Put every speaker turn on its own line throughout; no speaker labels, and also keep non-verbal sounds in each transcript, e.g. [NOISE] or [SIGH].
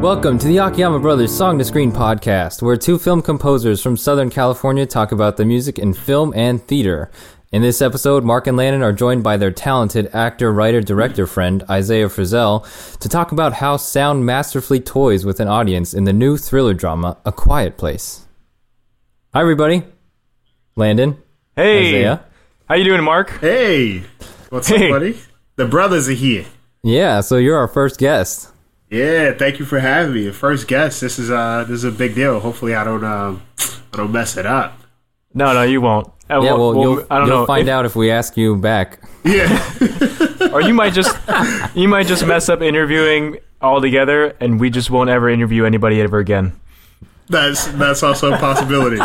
Welcome to the Akiyama Brothers Song to Screen podcast, where two film composers from Southern California talk about the music in film and theater. In this episode, Mark and Landon are joined by their talented actor, writer, director friend, Isaiah Frizzell, to talk about how sound masterfully toys with an audience in the new thriller drama, A Quiet Place. Hi, everybody. Landon.
Hey,
Isaiah.
how you doing, Mark?
Hey, what's
Hey.
up, buddy? The brothers are here.
Yeah, so you're our first guest.
Yeah, thank you for having me. First guest. This is uh, this is a big deal. Hopefully, I don't um, I don't mess it up.
No, no, you won't. I
Yeah, well,
won't-
you'll,
won't- Uh, I don't
you'll
know.
find
if-
out if we ask you back.
Yeah, [LAUGHS]
Or you might just [LAUGHS] you might just mess up interviewing altogether, and we just won't ever interview anybody ever [LAUGHS] again.
that's that's also a possibility.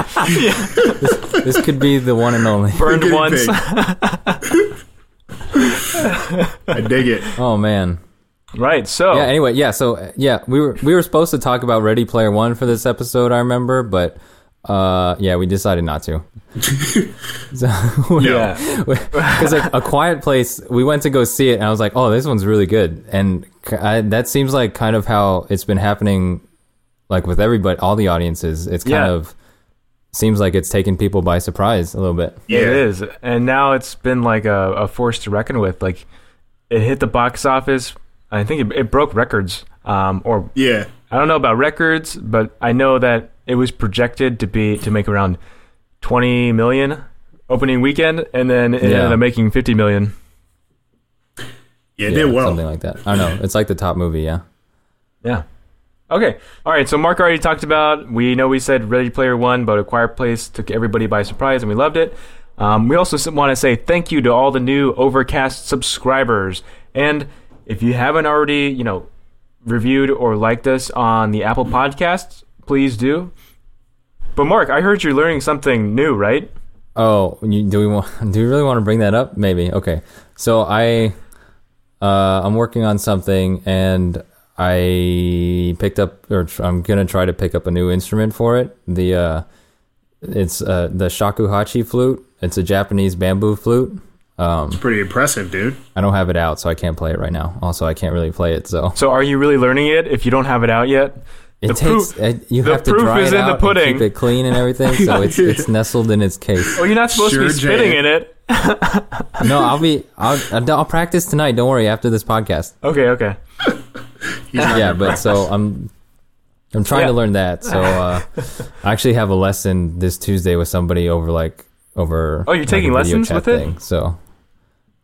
This could be the one and
[LAUGHS]
only.
Burned
Guinea
once.
pig. I dig it.
Oh, man.
right. So
Yeah. Anyway, yeah. So uh, yeah, we were we were supposed to talk about Ready Player One for this episode. I remember, but uh, yeah, we decided not to. [LAUGHS] so,
Yeah.
because like a quiet place, we went to go see it, and I was like, "Oh, this one's really good," and k- I, that seems like kind of how it's been happening, like with everybody, all the audiences. It's kind
Yeah.
of seems like it's taking people by surprise a little bit.
Yeah,
It is, and now it's been like a, a force to reckon with. Like it hit the box office. I think it, it broke records, um, or
yeah.
I don't know about records, but I know that it was projected to be to make around 20 million opening weekend, and then it
Yeah.
ended up making 50 million.
Yeah, it did well.
something like that. I don't know. It's like the top movie. Yeah.
Yeah. Okay. All right. So Mark already talked about. We know we said Ready Player One, but A Quiet Place took everybody by surprise, and we loved it. Um, we also want to say thank you to all the new Overcast subscribers. And if you haven't already, you know, reviewed or liked us on the Apple Podcasts, please do. But Mark, I heard you're learning something new, right?
Oh, you, do we want? [LAUGHS] Do we really want to bring that up? Maybe. Okay. So I, uh, I'm working on something, and I picked up, or tr- I'm gonna try to pick up a new instrument for it. The, uh, it's uh, the shakuhachi flute. It's a Japanese bamboo flute.
It's pretty impressive, dude.
I don't have it out, so I can't play it right now. Also, I can't really play it, so
So are you really learning it if you don't have it out yet?
it
The
takes.
proof-
it- you
the
have to
proof
dry
is
it
in
out
the
and
pudding.
keep it clean and
[LAUGHS]
everything. So it's it's nestled in its case.
Well, you're not supposed to be
Sure, Jay.
spitting in it.
No, I'll be. I'll, I'll practice tonight. Don't worry. After this podcast.
Okay. Okay.
He's not
yeah
[LAUGHS]
gonna-
but so i'm i'm trying
Yeah.
to learn that so uh i actually have a lesson this tuesday with somebody over like over
Oh, you're
like, a
taking
video
lessons
chat
with it?
so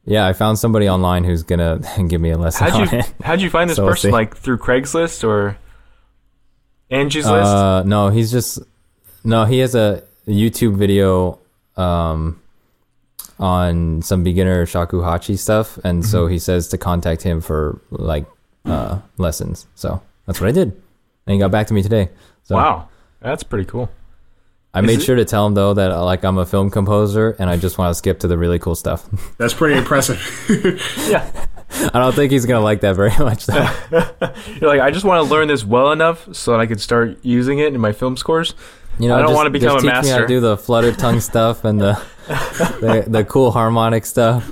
yeah i found somebody online who's gonna [LAUGHS] give me a lesson on
How'd you [LAUGHS]
it
how'd you find this
So we'll
person?
see.
Like through Craigslist or Angie's List?
uh no he's just no he has a youtube video um on some beginner shakuhachi stuff and so
Mm-hmm.
he says to contact him for like uh lessons so that's what i did and he got back to me today so
Wow, that's pretty cool.
I
Is
made
it-
sure to tell him though that uh, like I'm a film composer and I just want to skip to the really cool stuff. [LAUGHS]
that's pretty impressive.
Yeah,
I don't think he's gonna like that very [LAUGHS] much. Though.
you're like I just want to learn this well enough so that I could start using it in my film scores.
You know,
I don't
just-
wanna become
just
a
teach Me how
master.
to do the flutter tongue stuff and
[LAUGHS]
the, the the cool harmonic stuff.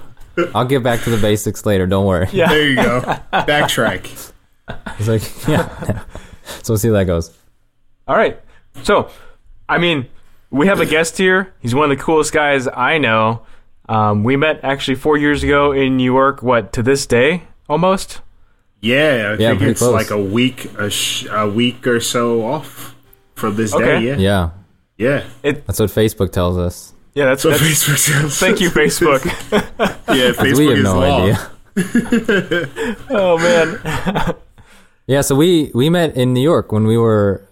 I'll get back to the basics later. Don't worry.
Yeah.
there you go. Backtrack.
It's like [LAUGHS]
[LAUGHS]
yeah. so we'll see how that goes.
All right, so I mean, we have a guest here. He's one of the coolest guys I know. Um, we met actually four years ago in New York. What to this day almost?
Yeah, I
Yeah,
think
pretty
it's
close.
like a week, a, sh- a week or so off from this
Okay.
day. Yeah,
Yeah,
yeah.
that's what Facebook tells us.
Yeah, that's. [LAUGHS]
So
that's
[LAUGHS]
Facebook sells.
thank you, Facebook.
Yeah,
Because we
Facebook
have
is
no idea.
law.
oh man,
Yeah, so we we met in New York when we were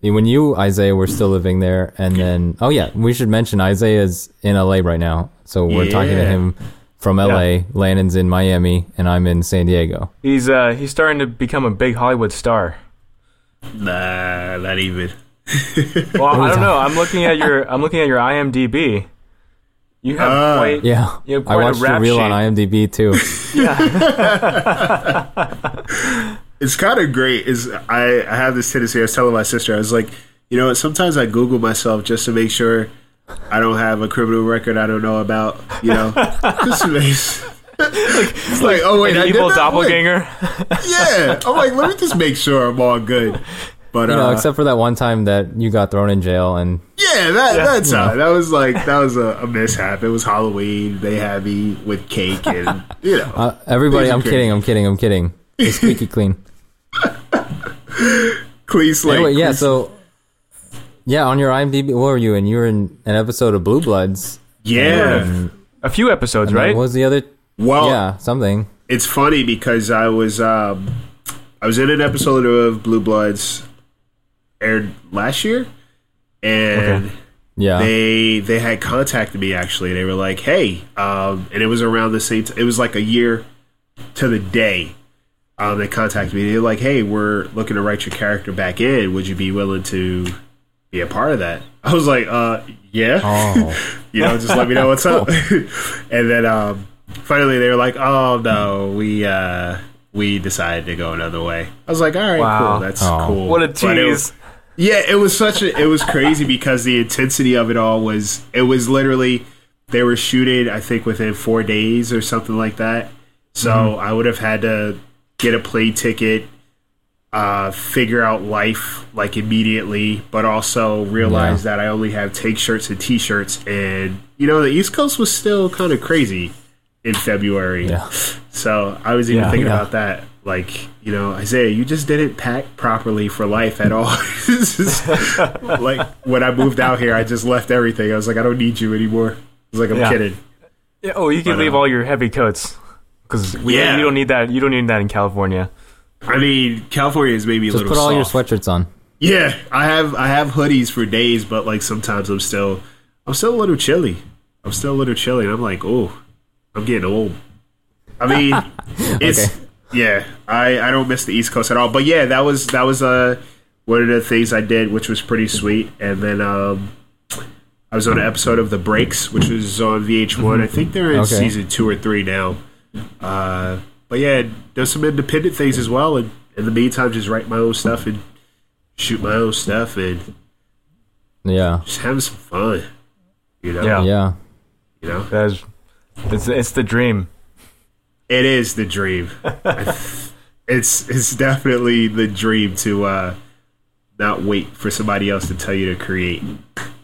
when you Isaiah were still living there, and then oh yeah, we should mention Isaiah's in LA right now, so we're talking to
Yeah.
him from LA.
Yeah.
Landon's in Miami, and I'm in San Diego.
he's uh, he's starting to become a big Hollywood star.
Nah, not even.
Well, I don't know. I'm looking at your I'm looking at your IMDb. You have
Ah.
quite
Yeah,
You have
I
quite a
watched your
rap
reel
sheet.
on IMDb
[LAUGHS]
too.
It's kind of great. Is I, I have this tendency. I was telling my sister, I was like, you know, what, sometimes I Google myself just to make [LAUGHS] sure I don't have a criminal record I don't know about. You know, just to make- It's like, oh wait,
an
I
evil
did that? Wait,
doppelganger.
yeah, I'm like, let me just make sure I'm all good. But
You know,
Uh-huh.
uh,
except for that one time that you got thrown in jail and
yeah, that that's uh, that was like that was a, a mishap. It was Halloween. They had me with cake and you know.
uh, everybody.
Things are
I'm kidding. I'm kidding. I'm kidding. It's squeaky
[LAUGHS]
clean.
Clean slate.
Anyway, yeah.
clean
So yeah, on your IMDb, what were you in? You were in an episode of Blue Bloods.
Yeah.
A few episodes,
And then
right? Oh.
What was the other?
Well,
yeah, something.
it's funny because I was um, I was in an episode of Blue Bloods aired last year, and
Yeah.
they they had contacted me actually. They were like, "Hey," um, and it was around the same. T- it was like a year to the day. Um, they contacted me. They're like, "Hey, we're looking to write your character back in. Would you be willing to be a part of that?" [LAUGHS] I was like, "Uh, yeah."
oh,
[LAUGHS] you know, just let me know
[LAUGHS]
what's up. [LAUGHS] and then um, finally they were like, oh no, we uh, we decided to go another way. I was like, all right,
Wow.
cool, that's
Aw.
cool.
What a
But it was-
tease.
yeah, it was such a it was crazy because the intensity of it all was it was literally they were shooting I think within four days or something like that. So I would have had to get a plane ticket, uh, figure out life like immediately, but also realize that I only have take shirts and t shirts and you know, the East Coast was still kind of crazy in February.
Yeah.
So I was even
Yeah.
thinking
Yeah.
about that. Like, you know, Isaiah, you just didn't pack properly for life at all. [LAUGHS] This is- like when I moved out here, I just left everything. I was like, I don't need you anymore. I was like, I'm
Yeah.
kidding.
Yeah, Oh, you can leave all your heavy coats because we
uh, Yeah.
you don't need that. You don't need that in California.
I mean, California is maybe a
just
little
put all your
soft.
sweatshirts on.
Yeah, I have I have hoodies for days, but like sometimes I'm still I'm still a little chilly. I'm still a little chilly. and I'm like, oh, I'm getting old. I mean, it's yeah. I I don't miss the East Coast at all. But yeah, that was that was uh one of the things I did, which was pretty sweet. And then um. I was on an episode of The Breaks, which was on VH1. I think they're in
Okay.
season two or three now. Uh, but yeah, there's some independent things as well. And in the meantime, just write my own stuff and shoot my own stuff and
Yeah.
just having some fun. You know,
Yeah.
Oh, Yeah.
you know,
That is, it's it's the dream.
it is the
[LAUGHS]
dream. it's it's definitely the dream to uh, not wait for somebody else to tell you to create.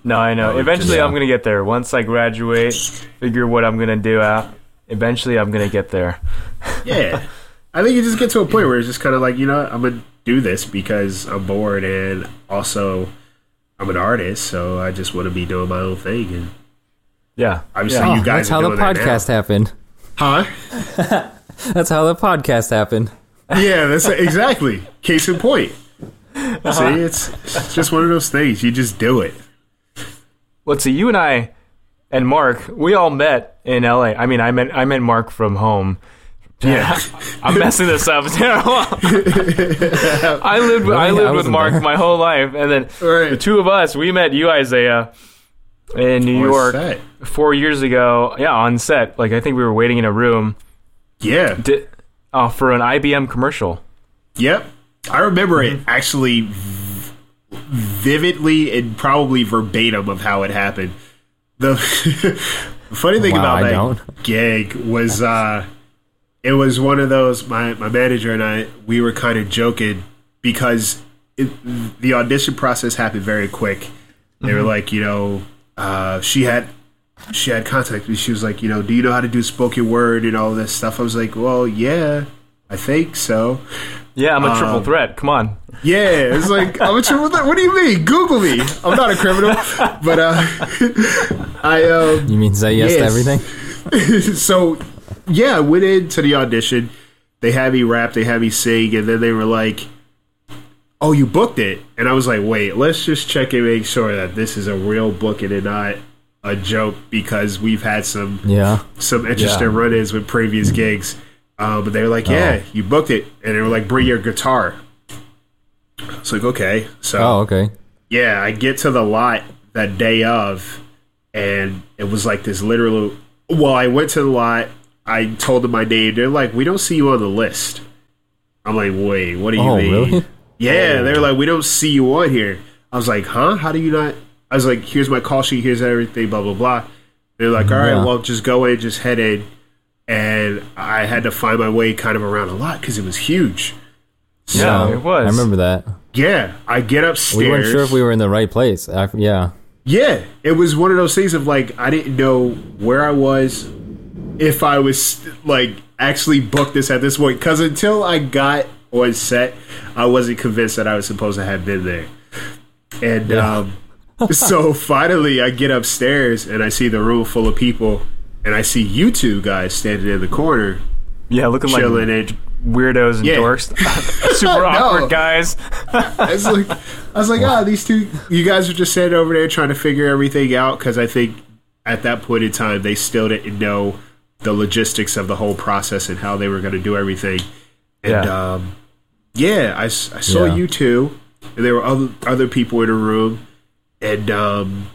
No, I know.
Oh,
Eventually,
yeah.
I'm gonna get there. Once I graduate, figure what I'm gonna do out. Eventually, I'm gonna get there.
[LAUGHS]
Yeah, I think you just get to a point where it's just kind of like you know I'm gonna do this because I'm bored and also I'm an artist, so I just want to be doing my own thing. And
Yeah.
obviously,
yeah.
you
Oh, That's
guys are
how the
doing that now.
podcast happened. [LAUGHS]
huh?
That's how the podcast happened.
Yeah, that's exactly. Case in point.
Uh-huh.
See, it's, it's just one of those things. You just do it.
Let's see. You and I, and Mark, we all met in L.A. I mean, I meant I meant Mark from home.
Yeah.
[LAUGHS] I'm messing this up. [LAUGHS] I lived with, I
Really? I
lived with
wasn't
Mark
there.
my whole life, and then
Right.
the two of us we met you Isaiah in New York four years ago. Yeah, on set. Like I think we were waiting in a room
Yeah.
di uh, for an IBM commercial.
Yep. I remember it
Mm-hmm.
actually v- vividly and probably verbatim of how it happened. The [LAUGHS] the funny thing
Wow,
about
I
that
don't.
gig was uh, it was one of those. My my manager and I we were kind of joking because it, the audition process happened very quick. They
Mm-hmm.
were like, you know, uh, she had she had contacted me. She was like, you know, do you know how to do spoken word and all this stuff? I was like, well, yeah, I think so.
Yeah,
Um,
I'm a triple threat. Come on.
Yeah, it's like I'm a triple threat. What do you mean? Google me. I'm not a criminal, but uh, [LAUGHS] I um,
You mean say yes, to
Yes.
everything?
[LAUGHS] so yeah, I went into the audition. They had me rap, they had me sing, and then they were like, "Oh, you booked it," and I was like, "Wait, let's just check and make sure that this is a real booking and not a joke," because we've had some
Yeah. Oh.
some interesting run-ins with previous gigs. Uh, but they were like, "Yeah, you booked it," and they were like, "Bring your guitar." It's like okay, so
Oh, okay.
yeah, I get to the lot that day of, and it was like this literal. Well, I went to the lot. I told them my name. They're like, "We don't see you on the list." I'm like, "Wait, what do you
Oh,
mean?"
really? Oh,
Yeah, they're like, "We don't see you on here." I was like, "Huh? How do you not?" I was like, "Here's my call sheet. Here's everything. Blah blah blah." They're like, "All right,
Yeah.
well, just go in, just head in." and I had to find my way kind of around a lot because it was huge. So
Yeah.
yeah,
it was.
I remember that.
I get
We
upstairs.
weren't sure if we were in the right place. I, yeah.
Yeah, it was one of those things of like I didn't know where I was, if I was like actually booked this at this point because until I got on set, I wasn't convinced that I was supposed to have been there. And um, so finally, I get upstairs and I see the room full of people, and I see you two guys standing in the corner
Yeah, looking
chilling.
like
and
weirdos and
Yeah. [LAUGHS]
dorks, [LAUGHS] super awkward guys.
I was like, I was like, ah, these two, you guys are just sitting over there trying to figure everything out because I think at that point in time they still didn't know the logistics of the whole process and how they were going to do everything. And
Yeah.
yeah, um, yeah I, s- I saw
Yeah.
you two, and there were other other people in the room, and um,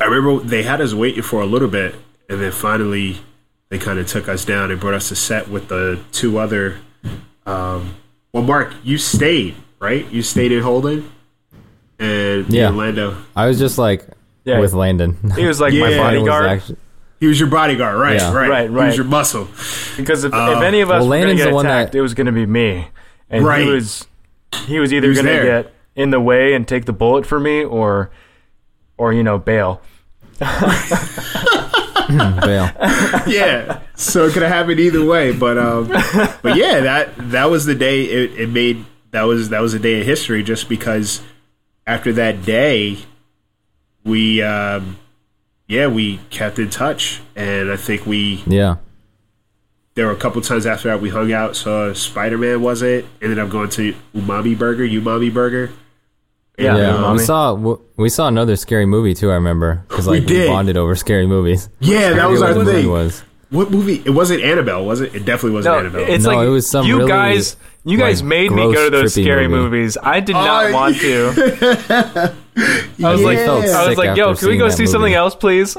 I remember they had us waiting for a little bit, and then finally they kind of took us down and brought us to set with the two other. Um, well, Mark, you stayed right. You stayed in Holden, and
Yeah.
yeah, Orlando.
I was just like
Yeah.
with Landon. [LAUGHS]
He was like
Yeah.
my
It was
Landon was
bodyguard
actu-
He was your bodyguard, right?
Yeah.
Right,
Right,
He
right.
was your muscle. [LAUGHS]
because if,
Oh.
if any of us
Well,
were gonna
Landon's
get
the one
attacked,
that-
it was going to be me, and
Right.
he was he was either
was
going to
there.
get in the way and take the bullet for me, or or you know bail.
[LAUGHS]
Bale.
yeah. So it could have happened either way, but um, but yeah, that that was the day it, it made that was that was a day in history just because after that day we um, yeah we kept in touch and I think we
Yeah.
there were a couple times after that we hung out saw Spider Man was it ended up going to Umami Burger Umami Burger
Yeah,
Yeah,
mommy.
we saw w- we saw another scary movie too. I remember because
We
like we,
did.
bonded over scary movies.
yeah [LAUGHS] that was
What
our
the movie
thing
Was
what movie it wasn't Annabelle was it it definitely wasn't
No,
Annabelle
it's
No,
like
it was some
you
really,
guys. You guys
like,
made me
gross,
go to those
trippy
scary
movie.
movies. I did not
Oh,
want to.
I
was like-
felt
I was
Sick
like, "Yo,
after
can we
seeing
go
that
see something
movie.
else, please?"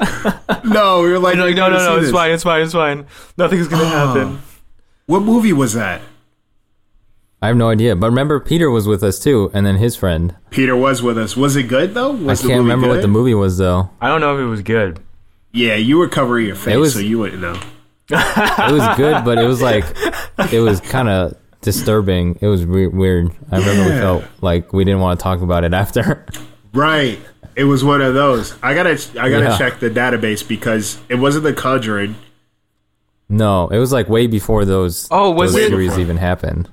no we were like,
[LAUGHS] like,
we
no,
gotta
no,
see
no, it's
this." Oh.
fine, it's fine, it's fine. Nothing's gonna happen.
What movie was that?
I have no idea. But remember, Peter was with us too, and then his friend.
Peter was with us. Was it good though? Was
I can't remember what the movie was though.
I don't know if it was good.
Yeah, you were covering your face,
was-
so you wouldn't know.
It was good, but it was like it was kind of disturbing. It was we- weird. I remember we
Yeah.
felt like we didn't want to talk about it after. [LAUGHS]
Right. It was one of those. I gotta, I gotta
Yeah.
check the database because it wasn't The Conjuring.
no, it was like way before those.
Oh, was
those
it-
series even happened?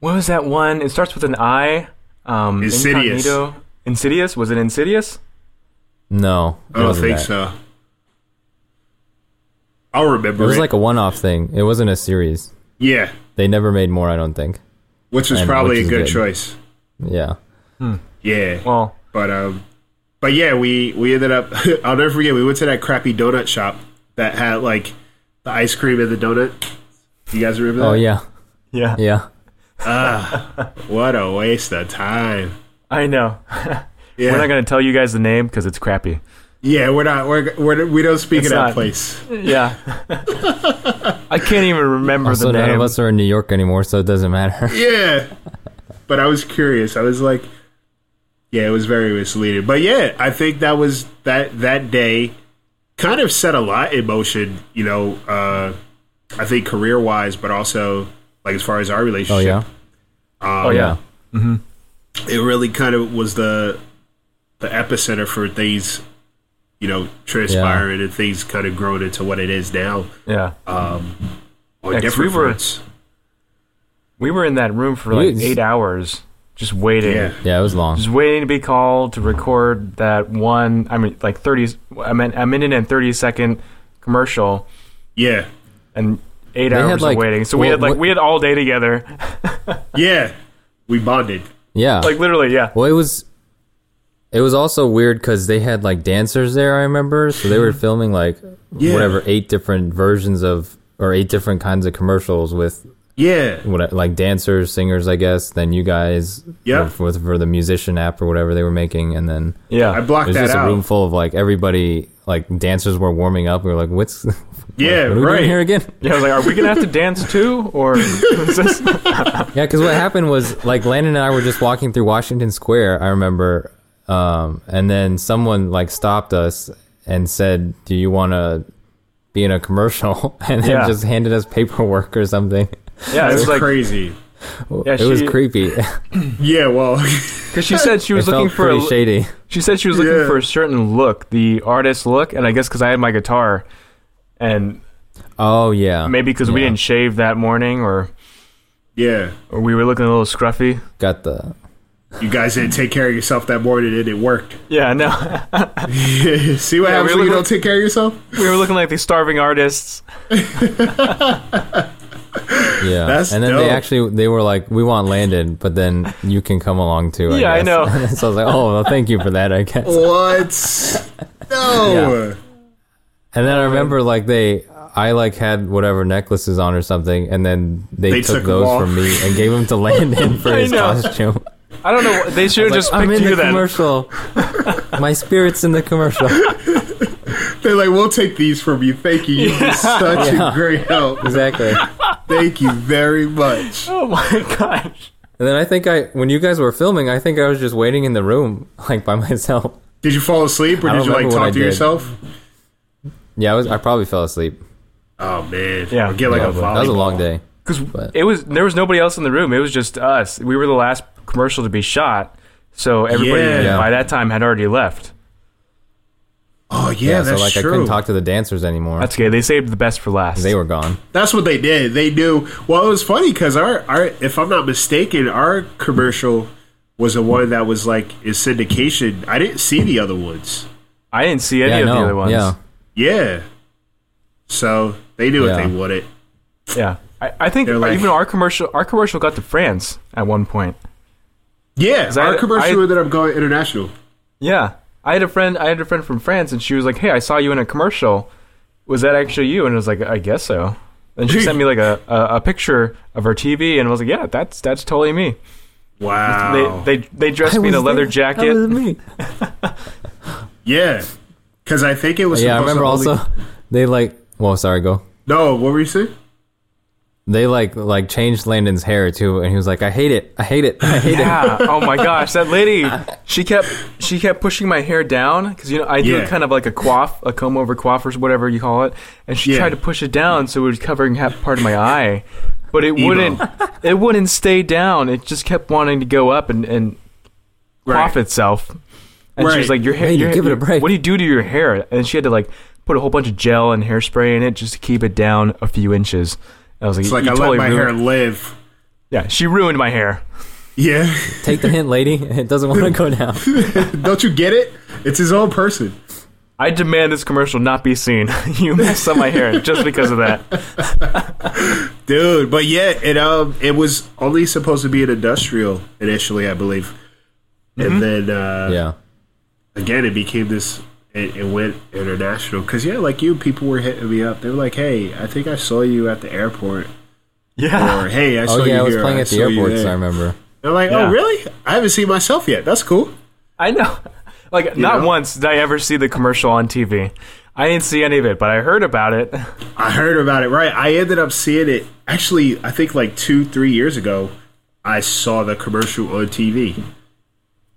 What was that one? It starts with an I. Um,
Insidious.
Incognito. Insidious? Was it Insidious?
No, it
I don't
wasn't
think
that.
so. I'll remember
It
it.
was like a one-off thing. It wasn't a series.
yeah,
They never made more. I don't think.
which was
And
probably
which is
a good,
good.
choice.
Yeah.
Yeah,
Well,
but um, but yeah, we we ended up. [LAUGHS] I'll never forget. We went to that crappy donut shop that had like the ice cream and the donut. You guys remember that?
Oh yeah.
yeah.
Yeah.
What a waste of time.
I know.
Yeah,
We're not going to tell you guys the name because it's crappy.
yeah, we're not. We're, we're we don't speak
It's
in that
not-
place.
Yeah. I can't even remember
So
the
none
name.
of us are in New York anymore, so it doesn't
[LAUGHS]
matter.
Yeah, but I was curious. I was like, yeah, it was very misleading. But yeah, I think that was that that day kind of set a lot in motion. You know, uh, I think career wise, but also like as far as our
Oh
relationship,
yeah.
oh, yeah.
it really kind of was the the epicenter for things. You know, transpiring and things kind of grown into what it is now
oh,
Yeah.
on
Yeah, 'cause
different
we were-
fronts.
We were in that room for
We
like
was-
eight hours just waiting.
Yeah.
Yeah, it was long.
Just waiting to be called to record that one, I mean, like 30, I meant a minute and 30 second commercial
Yeah.
and eight
had,
hours
like-
of waiting. So we
well,
had like,
what-
we had all day together. [LAUGHS]
Yeah. We bonded.
Yeah.
Like literally, yeah.
well, it was. It was also weird because they had like dancers there. I remember, so they were filming like
Yeah.
whatever eight different versions of or eight different kinds of commercials with
Yeah.
what like dancers, singers, I guess. Then you guys,
Yeah.
for, for, for the musician app or whatever they were making, and then
I
Yeah.
it
blocked
was
that
just a
out.
room full of like everybody. Like dancers were warming up. We were like, "What's [LAUGHS] what
yeah,
are we
right.
doing here again?"
Yeah, I was like, are we gonna have to dance too, or is
[LAUGHS]
this-
Yeah, because what happened was like Landon and I were just walking through Washington Square. I remember, um, and then someone like stopped us and said, "Do you want to be in a commercial [LAUGHS] and then
Yeah.
just handed us paperwork or something.
Yeah, it
That's
was like
crazy.
Yeah,
it was
[LAUGHS] she-
creepy.
Yeah, well, [LAUGHS]
because she said she
It
was looking
felt
for a,
pretty
l-
shady.
she said she was looking
Yeah.
for a certain look, the artist look, and I guess because I had my guitar, and
Oh yeah,
maybe because we
Yeah.
didn't shave that morning or,
yeah.
or we were looking a little scruffy.
got the
You guys didn't take care of yourself that morning, and it worked. [LAUGHS]
Yeah, no,
See what
Yeah,
happens
we
when you
look-
don't take care of yourself?
[LAUGHS] we were looking like these starving artists.
yeah.
That's
and then they
dope.
actually they were like, "We want Landon, but then you can come along too." I
Yeah, I
guess.
know.
[LAUGHS] so I was like, "Oh, well, thank you for that." I guess.
What? [LAUGHS] No.
And then I remember like they, I like had whatever necklaces on or something, and then they,
They
took,
took 'em
those
off.
from me and gave
[LAUGHS]
them to Landon for
I
his
know.
costume.
I don't know. They should have
Like,
[LAUGHS] just
I'm
picked
in the
you then.
commercial. My spirit's in the commercial.
They're like, we'll take these from you. Thank you. You've been
[LAUGHS]
such
Yeah.
a great help.
Exactly.
Thank you very
[LAUGHS]
much.
Oh my gosh.
And then I think I, when you guys were filming, I think I was just waiting in the room [LAUGHS] like by myself.
Did you fall asleep or
I don't
did you like
remember what I
talk to
did.
yourself?
Yeah, I was. I probably fell asleep.
Oh man.
Yeah.
Or get like a
Probably. that was a
volleyball.
long day.
Because
But-
it was there was nobody else in the room. It was just us. We were the last commercial to be shot, so everybody
Yeah.
Yeah.
by that time had already left.
Oh yeah,
Yeah,
that's
so like I
true.
couldn't talk to the dancers anymore.
That's okay. They saved the best for last.
they were gone.
That's what they did. They knew. Well, it was funny because our, our, if I'm not mistaken, our commercial was the one that was like in syndication. I didn't see the other ones.
I didn't see any
yeah,
of
no,
the other ones.
yeah.
Yeah. So they knew
Yeah.
what they wanted.
Yeah. I, I think
They're like-
even our commercial our commercial got to France at one point.
Yeah,
I-
our commercial
I-
ended up going international.
Yeah. I had a friend I had a friend from France and she was like, Hey, I saw you in a commercial. Was that actually you? And I was like, I guess so. And she sent me like a, a, a picture of her TV and I was like, Yeah, that's that's totally me.
Wow.
They they they dressed
I
me in a
was
leather
there. That
jacket.
was me.
yeah, because I think it was.
Yeah, I
supposed to
remember
[LAUGHS]
only-
also. They like. Well, sorry, go.
No, what were you saying?
They like like changed Landon's hair too, and he was like, "I hate it, I hate it, I hate it."
Yeah. Oh my gosh, that
[LAUGHS]
lady.
Uh,
She kept she kept pushing my hair down because you know I do
Yeah.
kind of like a coif, a comb over coif or whatever you call it, and she
Yeah.
tried to push it down so it was covering half part of my eye, but it wouldn't. It wouldn't stay down. It just kept wanting to go up and and
Right.
coif itself. And she was
Right.
like, "Your hair,
Lady,
your,
give it a
your-
break."
What do you do to your hair?" And she had to like put a whole bunch of gel and hairspray in it just to keep it down a few inches. I was like,
It's like
"You
I
totally
let my hair
ruined-
live.
Yeah, she ruined my hair.
Yeah, [LAUGHS]
Take the hint, lady. [LAUGHS] It doesn't want to go down.
don't you get it? It's his own person.
I demand this commercial not be seen. [LAUGHS] you messed up my hair just because of that. [LAUGHS]
dude. But yeah, it um, it was only supposed to be an industrial initially, I believe, and then uh,
Mm-hmm. Yeah,
again, it became this. It, it went international because yeah, like you, people were hitting me up. They were like, "Hey, I think I saw you at the airport,"
Yeah.
or "Hey, I saw
Oh
you
yeah, I was
here,
playing at the
saw you
airport,
there."
so I remember.
They're like,
Yeah.
"Oh, really? I haven't seen myself yet. That's cool."
I know. Like, not
know?
once did I ever see the commercial on TV. I didn't see any of it, but I heard about it. [LAUGHS]
I heard about it. Right, I ended up seeing it. Actually, I think like two, three years ago, I saw the commercial on TV.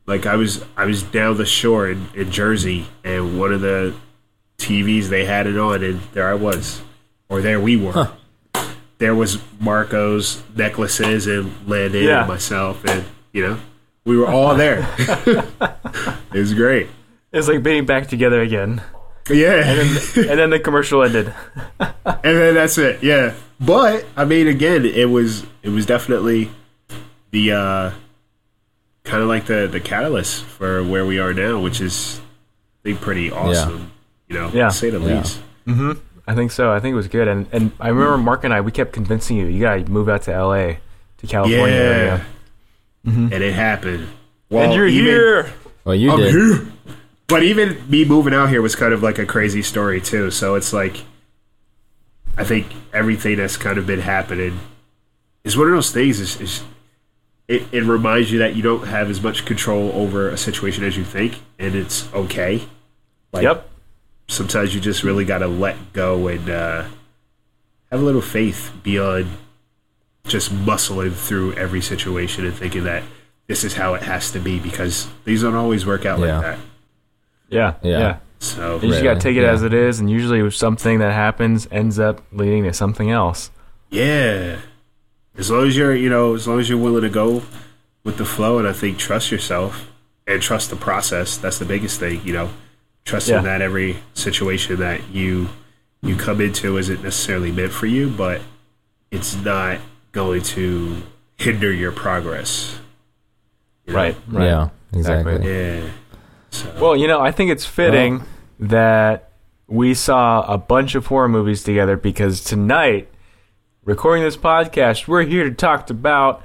Like I was, I was down the shore in, in Jersey, and one of the TVs they had it on, and there I was, or there we were. There was Marco's necklaces and Landon
Yeah.
and myself, and you know, we were
[LAUGHS]
all there. it was great.
It's like being back together again.
Yeah.
And then the commercial ended.
and then that's it. Yeah. But I mean, again, it was it was definitely the uh, kind of like the the catalyst for where we are now, which is I think pretty awesome. You know,
Yeah.
to say the
Yeah.
least.
I think so. I think it was good. And and I remember Mark and I, we kept convincing you, you gotta move out to LA, to
Yeah.
California area.
And it happened.
Oh,
Well,
And you're
even-
here.
Well, you
I'm
did.
here. But even me moving out here was kind of like a crazy story too. So it's like, I think everything that's kind of been happening is one of those things. Is, is it, it reminds you that you don't have as much control over a situation as you think, and it's okay. Like
Yep.
sometimes you just really got to let go and uh, have a little faith beyond just muscling through every situation and thinking that this is how it has to be because these don't always work out
Yeah.
like that.
Yeah.
Yeah.
Yeah.
So
You just
Right,
gotta
right,
take it
yeah.
as it is, and usually with something that happens ends up leading to something else.
yeah, as long as you're you know as long as you're willing to go with the flow, and I think trust yourself and trust the process. That's the biggest thing. You know, trusting
Yeah.
that every situation that you you come into isn't necessarily meant for you, but it's not going to hinder your progress. you know?
Right. Right.
Yeah, exactly.
Exactly.
Yeah. So.
Well, you know, I think it's fitting that we saw a bunch of horror movies together because tonight, recording this podcast, we're here to talk about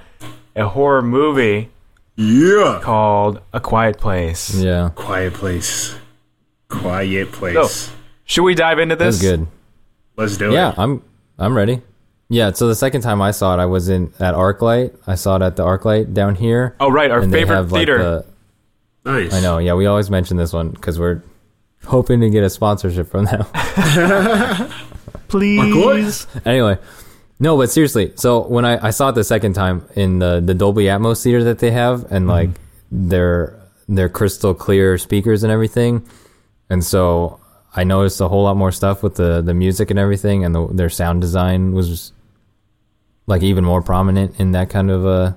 a horror movie
Yeah.
called A Quiet Place.
Yeah,
Quiet place. Quiet place.
So- Should we dive into
that's
this?
good.
Let's do
Yeah,
it.
I'm I'm ready. Yeah, so the second time I saw it, I was in at ArcLight. I saw it at the ArcLight down here.
Oh, right. Our
and they
favorite
have, like,
theater.
the-
Nice.
I know. Yeah, we always mention this one because we're hoping to get a sponsorship from them.
Please.
anyway, no, but seriously. So when I, I saw it the second time in the the Dolby Atmos theater that they have,
Mm-hmm.
and like their their crystal clear speakers and everything, and so I noticed a whole lot more stuff with the the music and everything, and the, their sound design was like even more prominent in that kind of a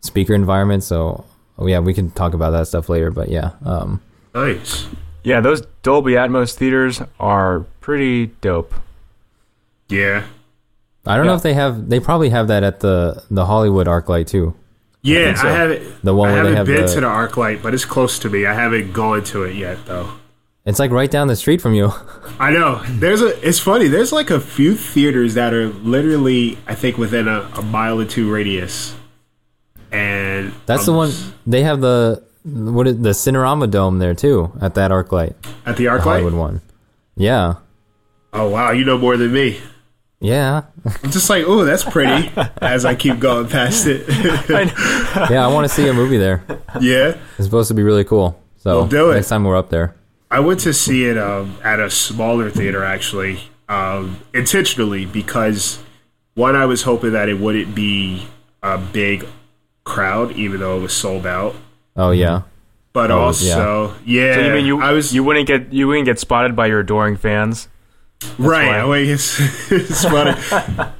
speaker environment. So oh, yeah, we can talk about that stuff later. But yeah, um,
Nice.
Yeah, those Dolby Atmos theaters are pretty dope.
Yeah.
I don't know
Yeah.
if they have. They probably have that at the the Hollywood ArcLight too.
Yeah,
think
I,
so.
haven't.
The one
I
where they
haven't
have
been
the-
to the arc light, but it's close to me. I haven't gone to it yet, though.
It's like right down the street from you. [LAUGHS]
I know. There's a. It's funny. There's like a few theaters that are literally, I think, within a, a mile or two radius. And
That's the
um,
one they have the what is the Cinerama Dome there too at that ArcLight,
at the arc
Hollywood
light.
one. Yeah,
Oh wow, you know more than me.
yeah,
I'm just like, oh,
[LAUGHS]
that's pretty. as I keep going past it. [LAUGHS]
yeah. I want to see a movie there.
yeah.
It's supposed to be really cool. So
We'll do it.
next time we're up there.
I went to see it um, at a smaller theater actually, um, intentionally because one, I was hoping that it wouldn't be a big crowd, even though it was sold out.
Oh yeah,
But
Oh,
also, yeah,
So you mean you
I was
you wouldn't get you wouldn't get spotted by your adoring fans?
right.
why.
I mean, it's, [LAUGHS]
[LAUGHS]
it's funny.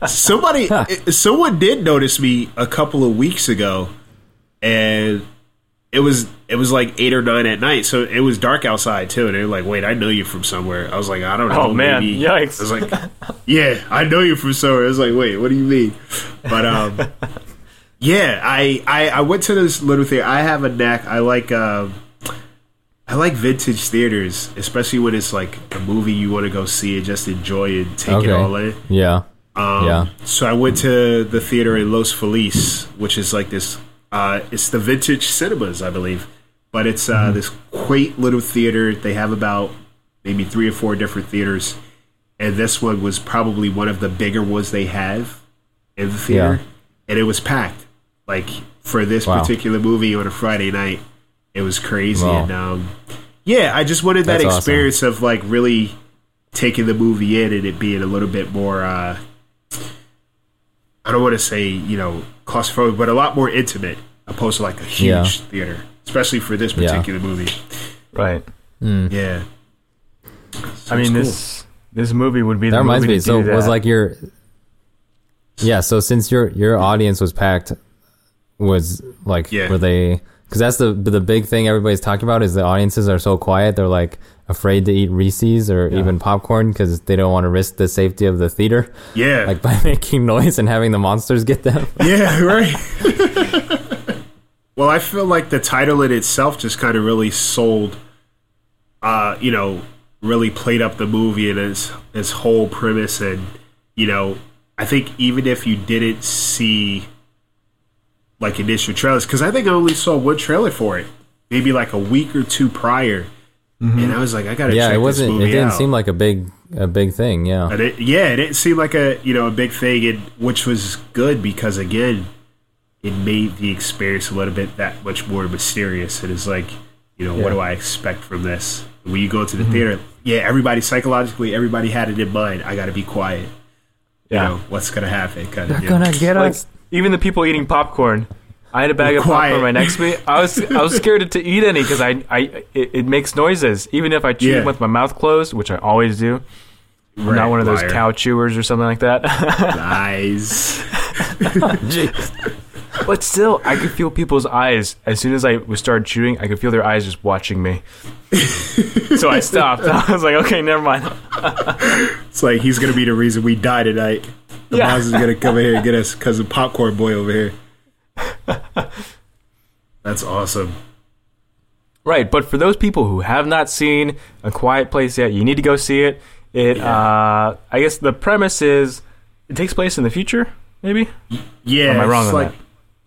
Somebody, it- someone did notice me a couple of weeks ago, and it was it was like eight or nine at night, so it was dark outside too. And they were like, "Wait, I know you from somewhere." I was like, "I don't know."
Oh, man.
maybe."
Yikes.
I was like, [LAUGHS] "Yeah, I know you from somewhere." I was like, "Wait, what do you mean?" But um, [LAUGHS] yeah, I, I I went to this little theater. I have a knack. I like um, I like vintage theaters, especially when it's like a movie you want to go see and just enjoy and take it all in.
okay, yeah,
Um,
yeah.
So I went to the theater in Los Feliz, which is like this. Uh, it's the vintage cinemas, I believe, but it's uh,
Mm-hmm.
this quaint little theater. They have about maybe three or four different theaters, and this one was probably one of the bigger ones they have in the theater,
Yeah.
and it was packed. Like for this
Wow.
particular movie on a Friday night, it was crazy.
Wow.
And um, yeah, I just wanted that
That's awesome.
experience of like really taking the movie in and it being a little bit more uh I don't want to say, you know, claustrophobic, but a lot more intimate opposed to like a huge
Yeah.
theater, especially for this
Yeah. Mm.
particular movie.
Right.
Yeah.
I mean
it's cool.
this this movie would be the
That reminds
movie
me.
to
So
do
was
that.
like your yeah. So since your your audience was packed, was like
Yeah.
were they? Because that's the the big thing everybody's talking about is the audiences are so quiet. They're like afraid to eat Reese's or even popcorn because they don't want to risk the safety of the theater, [LAUGHS]
Yeah.
like by making noise and having the monsters get them.
yeah, [LAUGHS] right. well, I feel like the title in itself just kind of really sold, uh, you know, really played up the movie and its its whole premise, and you know, I think even if you didn't see like initial trailers, because I think I only saw one trailer for it, maybe like a week or two prior, and I was like, I gotta
Mm-hmm. yeah, it
check this
wasn't.
movie
It didn't
out.
seem like a big a big thing. Yeah,
But it, yeah, it didn't seem like a you know a big thing, and which was good because again, it made the experience a little bit that much more mysterious. It is like, you know, what do I expect from this? When you go to the theater, yeah, everybody psychologically, everybody had it in mind. I got to be quiet.
yeah.
You know, what's gonna happen? Kind of,
they're gonna get
Like,
us.
even the people eating popcorn. I had a bag of
Quiet.
popcorn right next to me. I was I was scared to eat any because I I it, it makes noises even if I chew
Yeah.
them with my mouth closed, which I always do. I'm not
Right,
one of those
liar.
cow chewers or something like that. [LAUGHS]
Lies.
but still, I could feel people's eyes as soon as I was started chewing. I could feel their eyes just watching
[LAUGHS]
me. so I stopped. [LAUGHS] I was like, okay, never mind.
It's like he's gonna be the reason we die tonight. The
Yeah.
mouse is gonna come in here and get us because of popcorn boy over here. That's awesome.
Right, but for those people who have not seen A Quiet Place yet, you need to go see it. It, uh, I guess the premise is it takes place in the future, maybe.
Yeah,
Am I wrong
it's
on
like
that?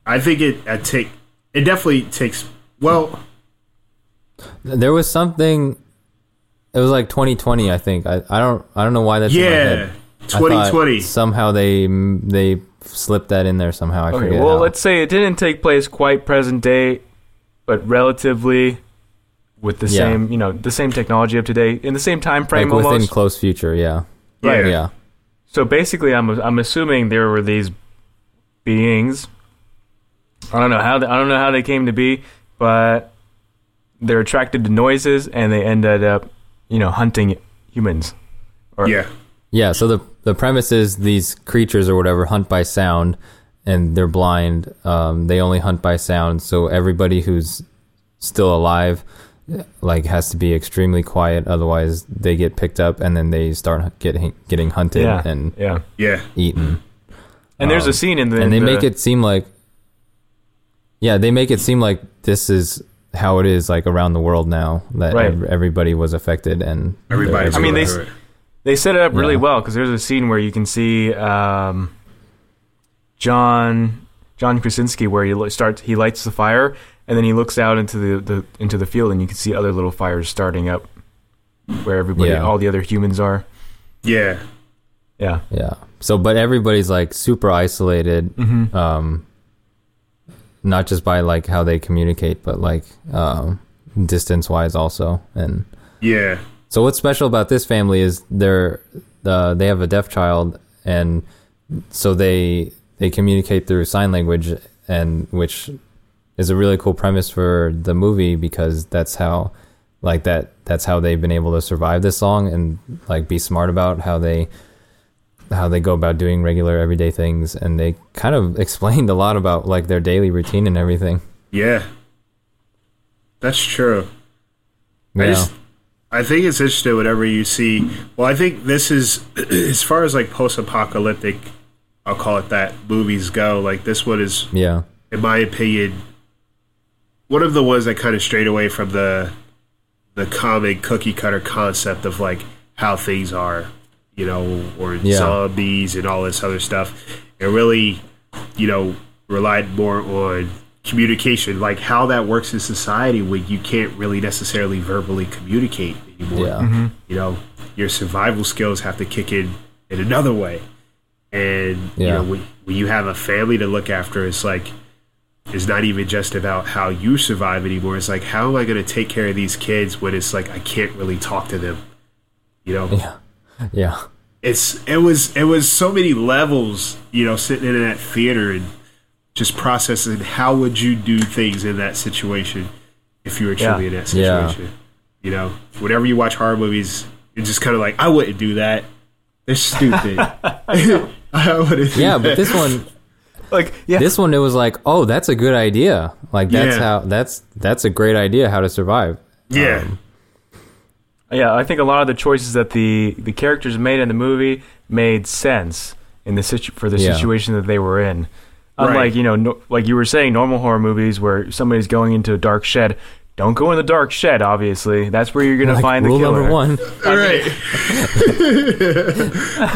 I think it I take it definitely takes well
There was something. It was like 2020, I think. I, I don't I don't know why that's in my
yeah
head. I thought
2020
Somehow they they slipped that in there somehow. I
Okay,
forget.
well,
how.
let's say it didn't take place quite present day, but relatively with the
Yeah.
same, you know, the same technology of today in the same time
like
frame
within
almost.
close future. Yeah.
yeah.
Yeah.
So basically, I'm I'm assuming there were these beings. I don't know how they, I don't know how they came to be, but they're attracted to noises and they ended up, you know, hunting humans. Or,
yeah
Yeah. So the the premise is these creatures or whatever hunt by sound, and they're blind. Um, they only hunt by sound. So everybody who's still alive, like, has to be extremely quiet. Otherwise, they get picked up and then they start getting getting hunted
yeah,
and
yeah.
yeah
eaten.
And there's a
Um,
scene in the
and they
the-
make it seem like yeah they make it seem like this is how it is like around the world now that
Right.
ev- everybody was affected and they're
everybody's
I mean, they-
going through it.
They set it up really
Yeah.
well because there's a scene where you can see um, John John Krasinski where he li- starts he lights the fire and then he looks out into the, the into the field and you can see other little fires starting up where everybody
Yeah.
all the other humans are.
yeah
Yeah,
yeah so but everybody's like super isolated um not just by like how they communicate but like um distance wise also and
yeah
So what's special about this family is they're uh, they have a deaf child, and so they they communicate through sign language, and which is a really cool premise for the movie because that's how like that that's how they've been able to survive this long and like be smart about how they how they go about doing regular everyday things and they kind of [LAUGHS] explained a lot about like their daily routine and everything.
yeah that's true
Yeah.
I just I think it's interesting whenever you see well I think this is [CLEARS THROAT] as far as like post apocalyptic I'll call it that movies go like this one is
yeah.
in my opinion, one of the ones that kind of strayed away from the the common cookie cutter concept of like how things are, you know, or
Yeah.
zombies and all this other stuff. It really, you know, relied more on communication, like how that works in society when you can't really necessarily verbally communicate anymore.
Yeah.
You know, your survival skills have to kick in in another way. And you
Yeah.
know, when, when you have a family to look after, it's like it's not even just about how you survive anymore. It's like how am I going to take care of these kids when it's like I can't really talk to them. You know,
Yeah.
it's it was it was so many levels. You know, sitting in that theater and just processing how would you do things in that situation if you were truly
Yeah.
in that
Yeah.
situation. You know, whenever you watch horror movies, you're just kind of like, I wouldn't do that.
[LAUGHS]
They're stupid. [LAUGHS] I wouldn't. do
Yeah,
that.
but this one
like yeah,
this one it was like oh that's a good idea like that's
Yeah.
how that's that's a great idea how to survive
yeah,
um,
yeah. I think a lot of the choices that the the characters made in the movie made sense in the situ- for the
Yeah.
situation that they were in.
Right.
Unlike you know, no, like you were saying, normal horror movies where somebody's going into a dark shed. Don't go in the dark shed. Obviously, that's where you're gonna
Like,
find the
rule
killer.
number one [LAUGHS]
All right.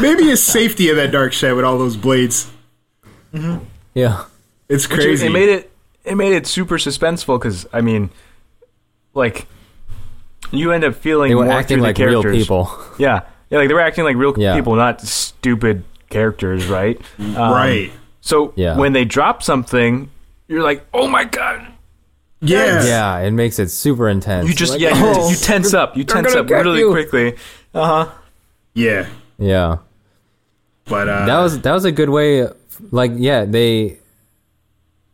[LAUGHS] Maybe it's safety in that dark shed with all those blades.
yeah
It's
Which
crazy.
It made it it made it super suspenseful because I mean, like you end up feeling
they were
more
acting
through
like
the characters.
real people [LAUGHS]
Yeah, yeah, like they were acting like real
Yeah.
people, not stupid characters, right? Um,
right.
So
Yeah.
when they drop something, you're like, oh my god!
Yeah.
yeah it makes it super intense
You just
Like,
yeah, you,
oh.
you tense up, you tense
gonna
up
get
really
you.
quickly. Uh huh.
Yeah.
yeah
But uh,
that was that was a good way of- like yeah they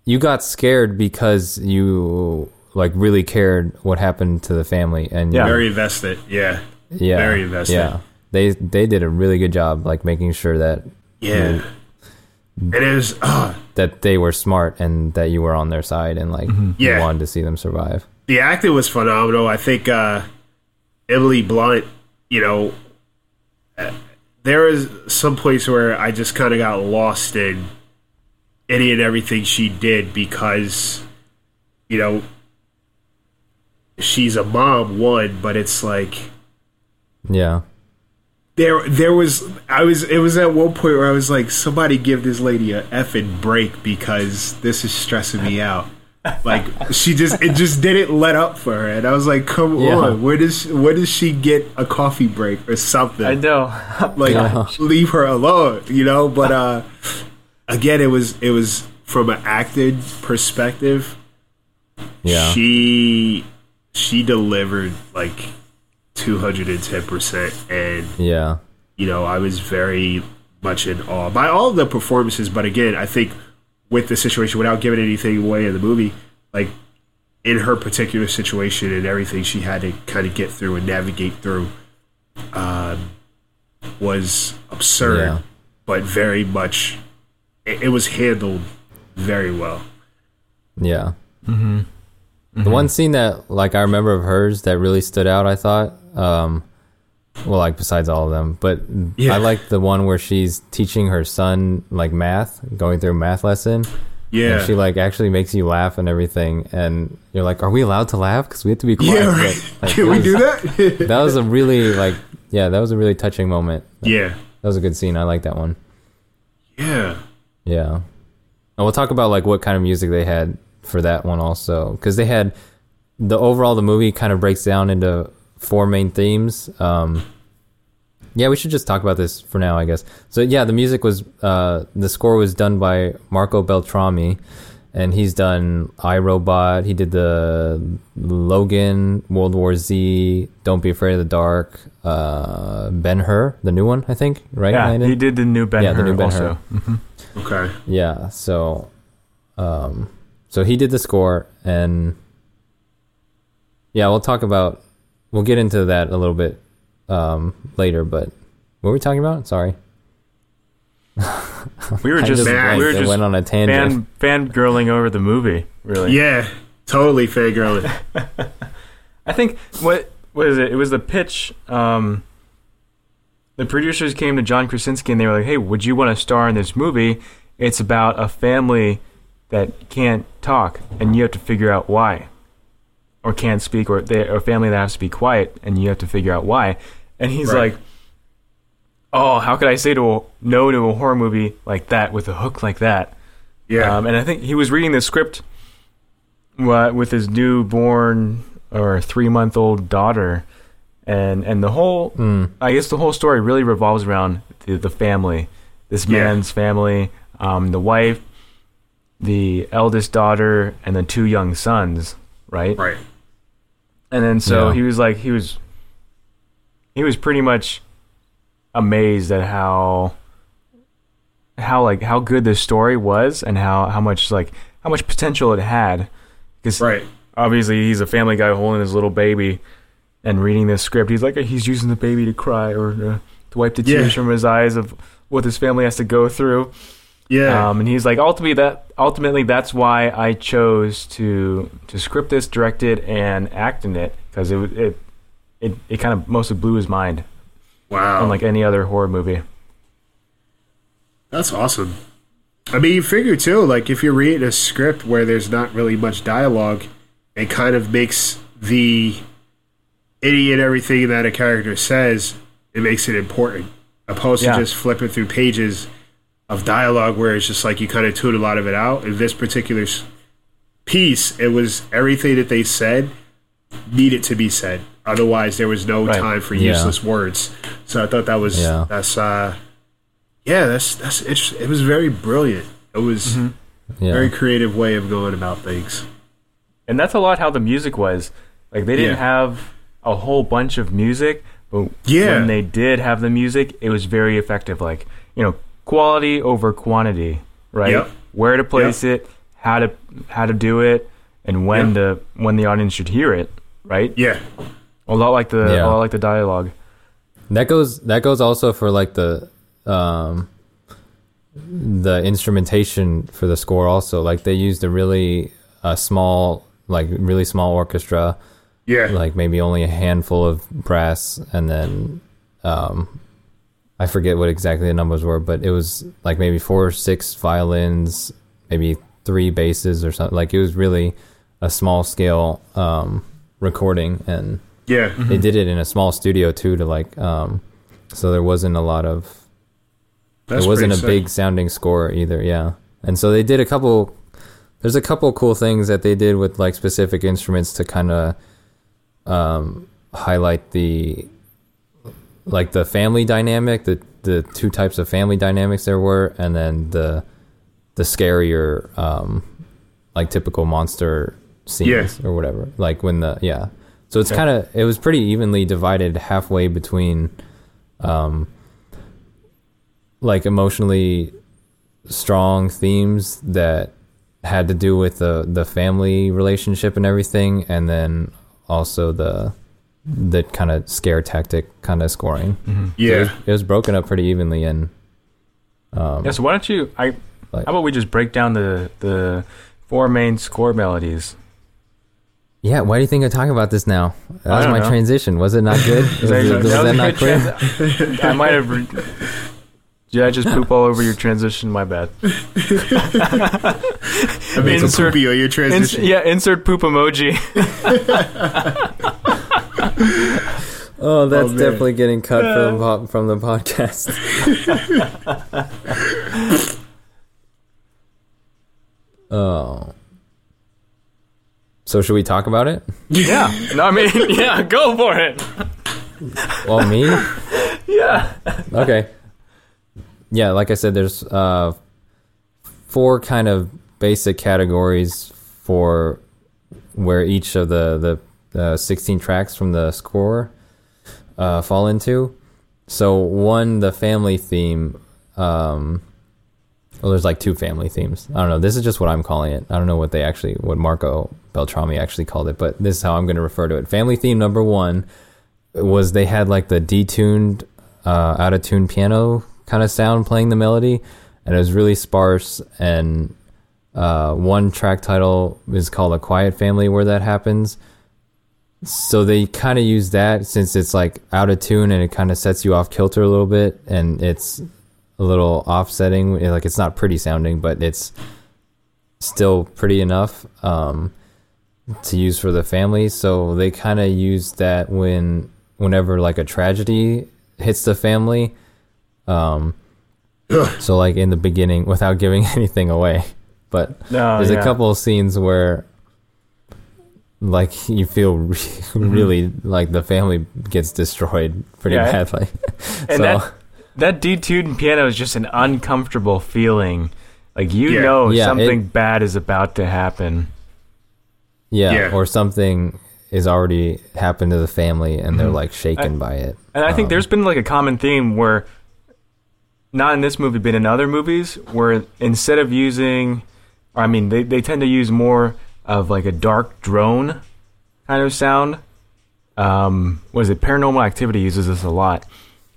you got scared because you like really cared what happened to the family and
Yeah.
Very invested. Yeah.
yeah
very invested.
yeah they they did a really good job like making sure that
Yeah. It is. Uh,
that they were smart and that you were on their side and like you
Yeah.
wanted to see them survive
the acting was phenomenal. I think uh, Emily Blunt, you know, uh, there is some place where I just kind of got lost in any and everything she did because, you know, she's a mom, one, but it's like
yeah
there there was I was it was at one point where I was like, somebody give this lady a effing break because this is stressing me out. Like she just it just didn't let up for her, and I was like, come
Yeah.
on, where does where does she get a coffee break or something?
I know.
like
Yeah.
leave her alone you know but uh again it was it was from an acted perspective
yeah
she she delivered like 210% and
yeah
you know i was very much in awe by all the performances but again i think with the situation without giving anything away in the movie like in her particular situation and everything she had to kind of get through and navigate through um, was absurd
Yeah.
but very much it, it was handled very well
Yeah. Mm-hmm. The one scene that like I remember of hers that really stood out, I thought, um, well, like besides all of them, but
Yeah.
I like the one where she's teaching her son like math, going through a math lesson,
yeah
and she like actually makes you laugh and everything, and you're like, are we allowed to laugh? Because we have to be quiet.
yeah
But,
right.
like,
[LAUGHS] can
it
we
was-
do
[LAUGHS]
that
That was a really like yeah, that was a really touching moment.
yeah
That was a good scene. I like that one.
yeah
Yeah. And we'll talk about like what kind of music they had for that one also cuz they had the overall the movie kind of breaks down into four main themes. Um Yeah, we should just talk about this for now, I guess. So yeah, the music was uh the score was done by Marco Beltrami and he's done iRobot, he did the Logan, World War Z, Don't Be Afraid of the Dark, uh Ben-Hur, the new one, I think, right?
Yeah,
Aiden?
he did the new Ben
Yeah, the
Hur
new Ben Hur.
also.
okay
Yeah, so um so he did the score and yeah, we'll talk about we'll get into that a little bit um later, but what were we talking about? Sorry.
We were
I
just,
blanked
we were
and
just
went on a tangent.
fan fangirling over the movie. Really,
yeah totally fangirling
[LAUGHS]
I think what what is it? It was the pitch. Um, the producers came to John Krasinski and they were like, "Hey, would you want to star in this movie? It's about a family that can't talk, and you have to figure out why, or can't speak, or they or a family that has to be quiet, and you have to figure out why." And he's
Right.
like, "Oh, how could I say to a, no to a horror movie like that with a hook like that?"
yeah
Um, and I think he was reading the script uh, with his newborn or three month old daughter. And, and the whole,
Hmm.
I guess the whole story really revolves around the, the family, this
Yeah.
man's family, um, the wife, the eldest daughter, and the two young sons, right?
right
And then so
Yeah.
he was like he was he was pretty much amazed at how how like how good this story was and how how much like how much potential it had because
right
obviously he's a family guy holding his little baby and reading this script he's like he's using the baby to cry or uh, to wipe the
Yeah.
tears from his eyes of what his family has to go through
yeah
um, and he's like, ultimately, that ultimately that's why I chose to to script this, direct it, and act in it because it w- it it, it kind of mostly blew his mind,
wow
unlike any other horror movie.
That's awesome. I mean, you figure too, like if you're reading a script where there's not really much dialogue, it kind of makes the any and everything that a character says, it makes it important, opposed
Yeah.
to just flipping through pages of dialogue where it's just like you kind of tune a lot of it out. In this particular s- piece, it was everything that they said needed to be said. Otherwise, there was no
Right.
time for
Yeah.
useless words. So I thought that was
Yeah.
that's uh yeah, that's that's interesting. It was very brilliant. It was
yeah.
very creative way of going about things.
And that's a lot how the music was. Like they didn't
Yeah.
have a whole bunch of music, but
Yeah.
when they did have the music, it was very effective. Like you know, quality over quantity, right?
Yep.
Where to place it, how to how to do it and when
Yeah.
the when the audience should hear it, right?
Yeah.
A lot like the
Yeah.
a lot like the dialogue.
That goes that goes also for like the um the instrumentation for the score also. Like they used a really uh, small like really small orchestra,
Yeah.
like maybe only a handful of brass and then um I forget what exactly the numbers were, but it was like maybe four or six violins, maybe three basses or something. Like it was really a small scale um recording and
yeah.
they did it in a small studio too to like um so there wasn't a lot of
That's
it wasn't a
pretty sick.
big sounding score either yeah and so they did a couple there's a couple cool things that they did with like specific instruments to kind of um highlight the like the family dynamic the the two types of family dynamics there were and then the the scarier um like typical monster scenes or whatever like when the yeah so it's kind of it was pretty evenly divided halfway between um like emotionally strong themes that had to do with the the family relationship and everything and then also the the kind of scare tactic kind of scoring
Yeah.
it was broken up pretty evenly and
yeah. So why don't you? I
Um, like-
how about we just break down the the four main score melodies?
yeah why do you think i'm talking about this now that
I
was
don't
my
know.
transition was it
[LAUGHS]
not good was,
That
it-
was-
was that,
that was a
not
good
clear
transi- [LAUGHS] I might have. Re- Did I just poop all over your transition? My bad.
I made some
Insert-
poopy on your
Ins-
transition.
yeah, insert poop emoji.
oh that's
man.
definitely getting cut from po- from the
[LAUGHS]
podcast oh so should we talk about it
[LAUGHS] yeah. [LAUGHS] No, I mean, yeah, go for it.
well me
Yeah.
okay. Yeah, like I said, there's uh, four kind of basic categories for where each of the the uh, 16 tracks from the score uh, fall into. So one, the family theme. Um, well, there's like two family themes. I don't know. This is just what I'm calling it. I don't know what they actually, what Marco Beltrami actually called it, but this is how I'm going to refer to it. Family theme number one was they had like the detuned, uh, out of tune piano kind of sound playing the melody, and it was really sparse. And uh, one track title is called "A Quiet Family," where that happens. So they kind of use that since it's like out of tune and it kind of sets you off kilter a little bit, and it's a little offsetting. Like it's not pretty sounding, but it's still pretty enough. Um, to use for the family. So they kind of use that when whenever like a tragedy hits the family. Um, so like in the beginning, without giving [LAUGHS] anything away, but
No,
there's
Oh, yeah.
a couple of scenes where like you feel [LAUGHS] re-
Mm-hmm.
really like the family gets destroyed pretty
Yeah.
badly. [LAUGHS]
And
so
that that detuned piano is just an uncomfortable feeling. Like you
Yeah.
know
Yeah,
something
it-
bad is about to happen.
yeah,
Yeah.
or something is already happened to the family and they're like shaken by it.
And Mm-hmm. I think
Um,
there's been like a common theme where, not in this movie, but in other movies, where instead of using, I mean, they, they tend to use more of like a dark drone kind of sound. Um, what is it? Paranormal Activity uses this a lot,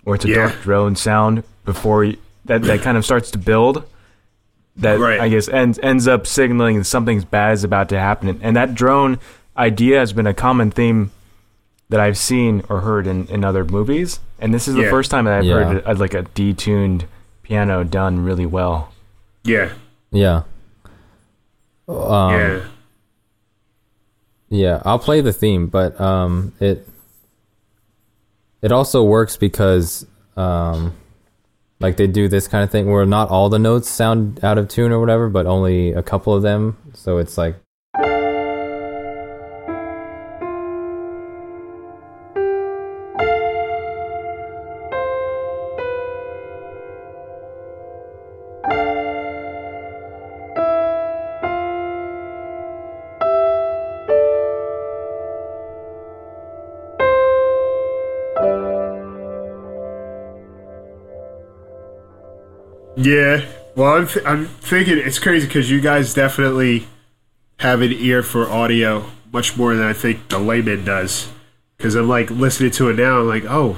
where it's a
Yeah.
dark drone sound before you, that that kind of starts to build. That
Right.
I guess ends ends up signaling that something's bad is about to happen, and that drone idea has been a common theme that I've seen or heard in, in other movies, and this is the
Yeah.
first time that I've
Yeah.
heard a, like a detuned piano done really well.
Yeah.
yeah. Um,
Yeah.
Yeah, I'll play the theme, but um, it it also works because um, like they do this kind of thing where not all the notes sound out of tune or whatever, but only a couple of them. So it's like
Yeah. Well, I'm, th- I'm thinking it's crazy because you guys definitely have an ear for audio much more than I think the layman does. Because I'm like listening to it now, I'm like, oh,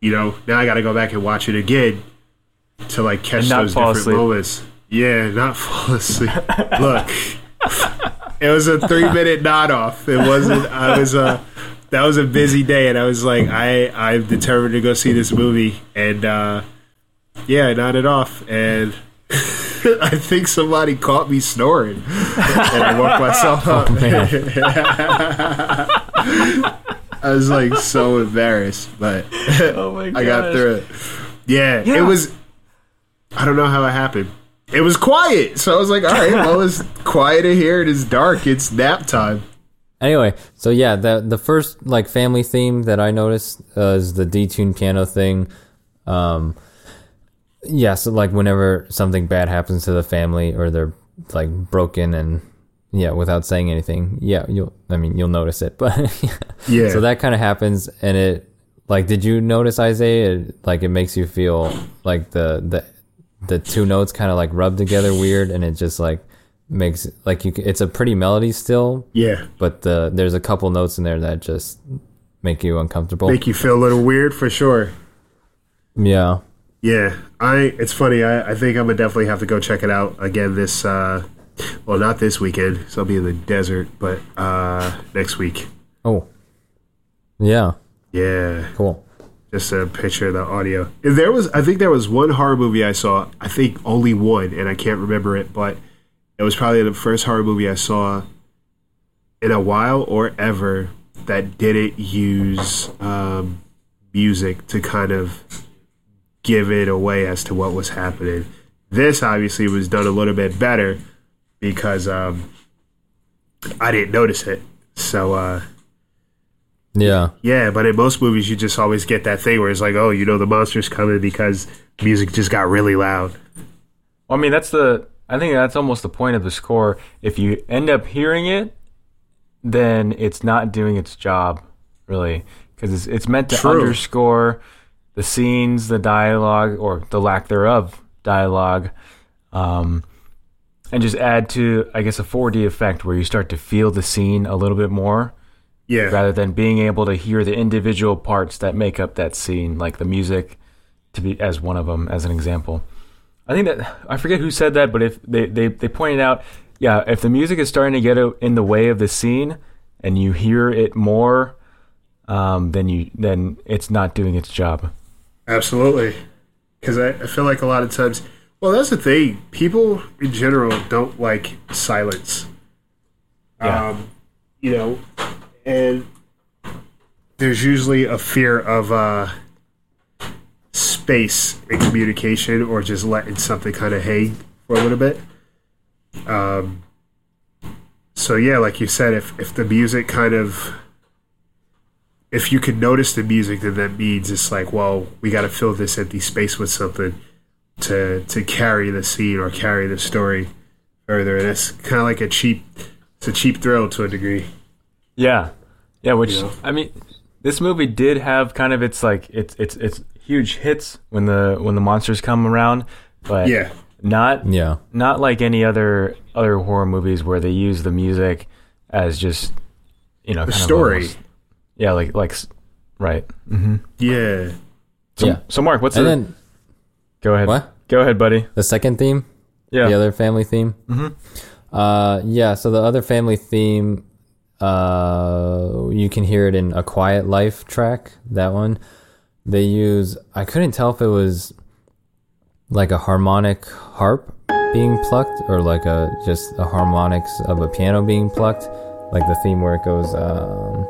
you know, now I got to go back and watch it again to like catch
And not
those
fall
different
asleep.
moments. Yeah, not [LAUGHS] fall asleep. Look, [LAUGHS] it was a three minute nod off. It wasn't. I was uh That was a busy day, and I was like, I I'm determined to go see this movie, and uh, yeah, I nodded off, and [LAUGHS] I think somebody caught me snoring, and I
[LAUGHS]
woke myself
Oh,
up. [LAUGHS] I was like so embarrassed, but
Oh my
[LAUGHS] I got through it. Yeah,
Yeah.
it was. I don't know how it happened. It was quiet, so I was like, all right, well, it's quiet in here. It is dark. It's nap
[LAUGHS]
time.
Anyway, so yeah, the the first like family theme that I noticed uh, is the detuned piano thing. Um, yeah, so like whenever something bad happens to the family or they're like broken and yeah, without saying anything, yeah, you'll I mean you'll notice it, [LAUGHS] but
Yeah.
So that kind of happens, and it like did you notice Isaiah? It, like it makes you feel like the the the two notes kind of like rub together weird, and it just like makes like you. c- It's a pretty melody still,
yeah,
but the, there's a couple notes in there that just make you uncomfortable.
make you feel a little weird for sure.
yeah.
Yeah, I. It's funny. I, I think I'm gonna definitely have to go check it out again this. uh Well, not this weekend. 'cause I'll be in the desert, but uh next week.
Oh. Yeah.
Yeah,
Cool.
just a picture of the audio. If there was, I think there was one horror movie I saw. I think only one, and I can't remember it, but it was probably the first horror movie I saw in a while or ever that didn't use um, music to kind of give it away as to what was happening. This obviously was done a little bit better because um, I didn't notice it. So uh,
Yeah.
yeah, but in most movies, you just always get that thing where it's like, oh, you know, the monster's coming because music just got really loud.
I mean, that's the. I think that's almost the point of the score. If you end up hearing it, then it's not doing its job, really, because it's it's meant to
True.
underscore the scenes, the dialogue, or the lack thereof dialogue, um, and just add to, I guess, a 4D effect where you start to feel the scene a little bit more
Yeah,
rather than being able to hear the individual parts that make up that scene, like the music, to be as one of them, as an example. I think that I forget who said that, but if they they, they pointed out, yeah, if the music is starting to get o- in the way of the scene, and you hear it more, um, then you then it's not doing its job.
absolutely. Because I, I feel like a lot of times, well, that's the thing. People in general don't like silence.
Yeah.
Um, you know, and there's usually a fear of uh, space in communication or just letting something kind of hang for a little bit. Um, so yeah, like you said, if if the music kind of if you could notice the music, then that means it's like, well, we got to fill this empty space with something to to carry the scene or carry the story further. And it's kind of like a cheap, it's a cheap thrill to a degree.
Yeah, yeah. Which
Yeah.
I mean, this movie did have kind of its like its its its huge hits when the when the monsters come around, but
Yeah,
not
Yeah.
not like any other other horror movies where they use the music as just you know the
story.
yeah, like like s- right. hmm
yeah.
So,
Yeah.
So Mark, what's
And
the
then
go ahead?
what?
Go ahead, buddy.
the second theme,
Yeah.
the other family theme. Mm-hmm. Uh, yeah. So the other family theme, uh, you can hear it in a Quiet Life track. That one they use. I couldn't tell if it was like a harmonic harp being plucked or like a just the harmonics of a piano being plucked, like the theme where it goes. Um,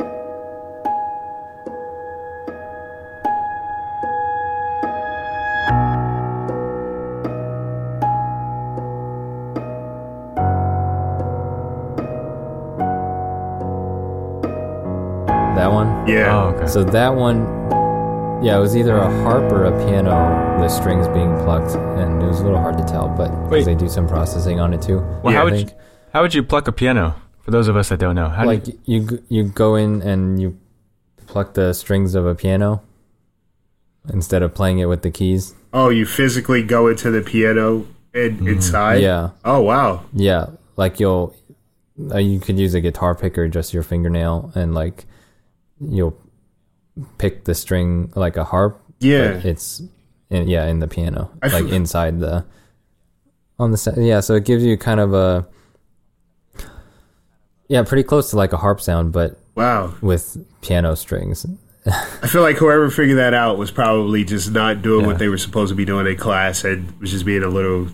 that one.
Yeah.
Oh, okay.
So that one, yeah, it was either a harp or a piano. The strings being plucked, and it was a little hard to tell, but 'cause
Wait.
they do some processing on it too.
well,
I
how would you,
think.
how would you pluck a piano? For those of us that don't know, how
like
do you,
you g- you go in and you pluck the strings of a piano instead of playing it with the keys.
Oh, you physically go into the piano in, inside.
Yeah.
Oh wow.
Yeah, like you'll uh, you could use a guitar picker just your fingernail and like you'll pick the string like a harp.
Yeah.
but it's in, yeah in the piano,
I
like
feel-
inside the on the sa- yeah. So it gives you kind of a yeah, pretty close to like a harp sound, but
Wow.
with piano strings.
I feel like whoever figured that out was probably just not doing what they were supposed to be doing in class and was just being a little,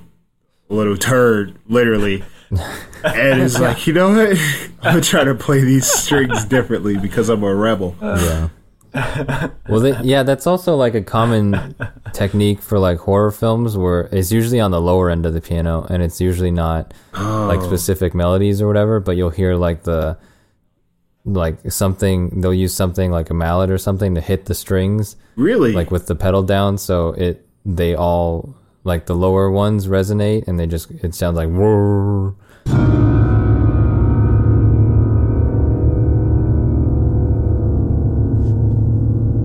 a little turd,
[LAUGHS]
literally. and it's like, you know what? [LAUGHS] I'm gonna try to play these strings differently because I'm a rebel.
Yeah. well,
[LAUGHS]
they, yeah, that's also like a common technique for like horror films where it's usually on the lower end of the piano and it's usually not
Oh.
like specific melodies or whatever, but you'll hear like the like something they'll use something like a mallet or something to hit the strings
Really?
like with the pedal down so it they all like the lower ones resonate and they just it sounds like [LAUGHS] "Roar."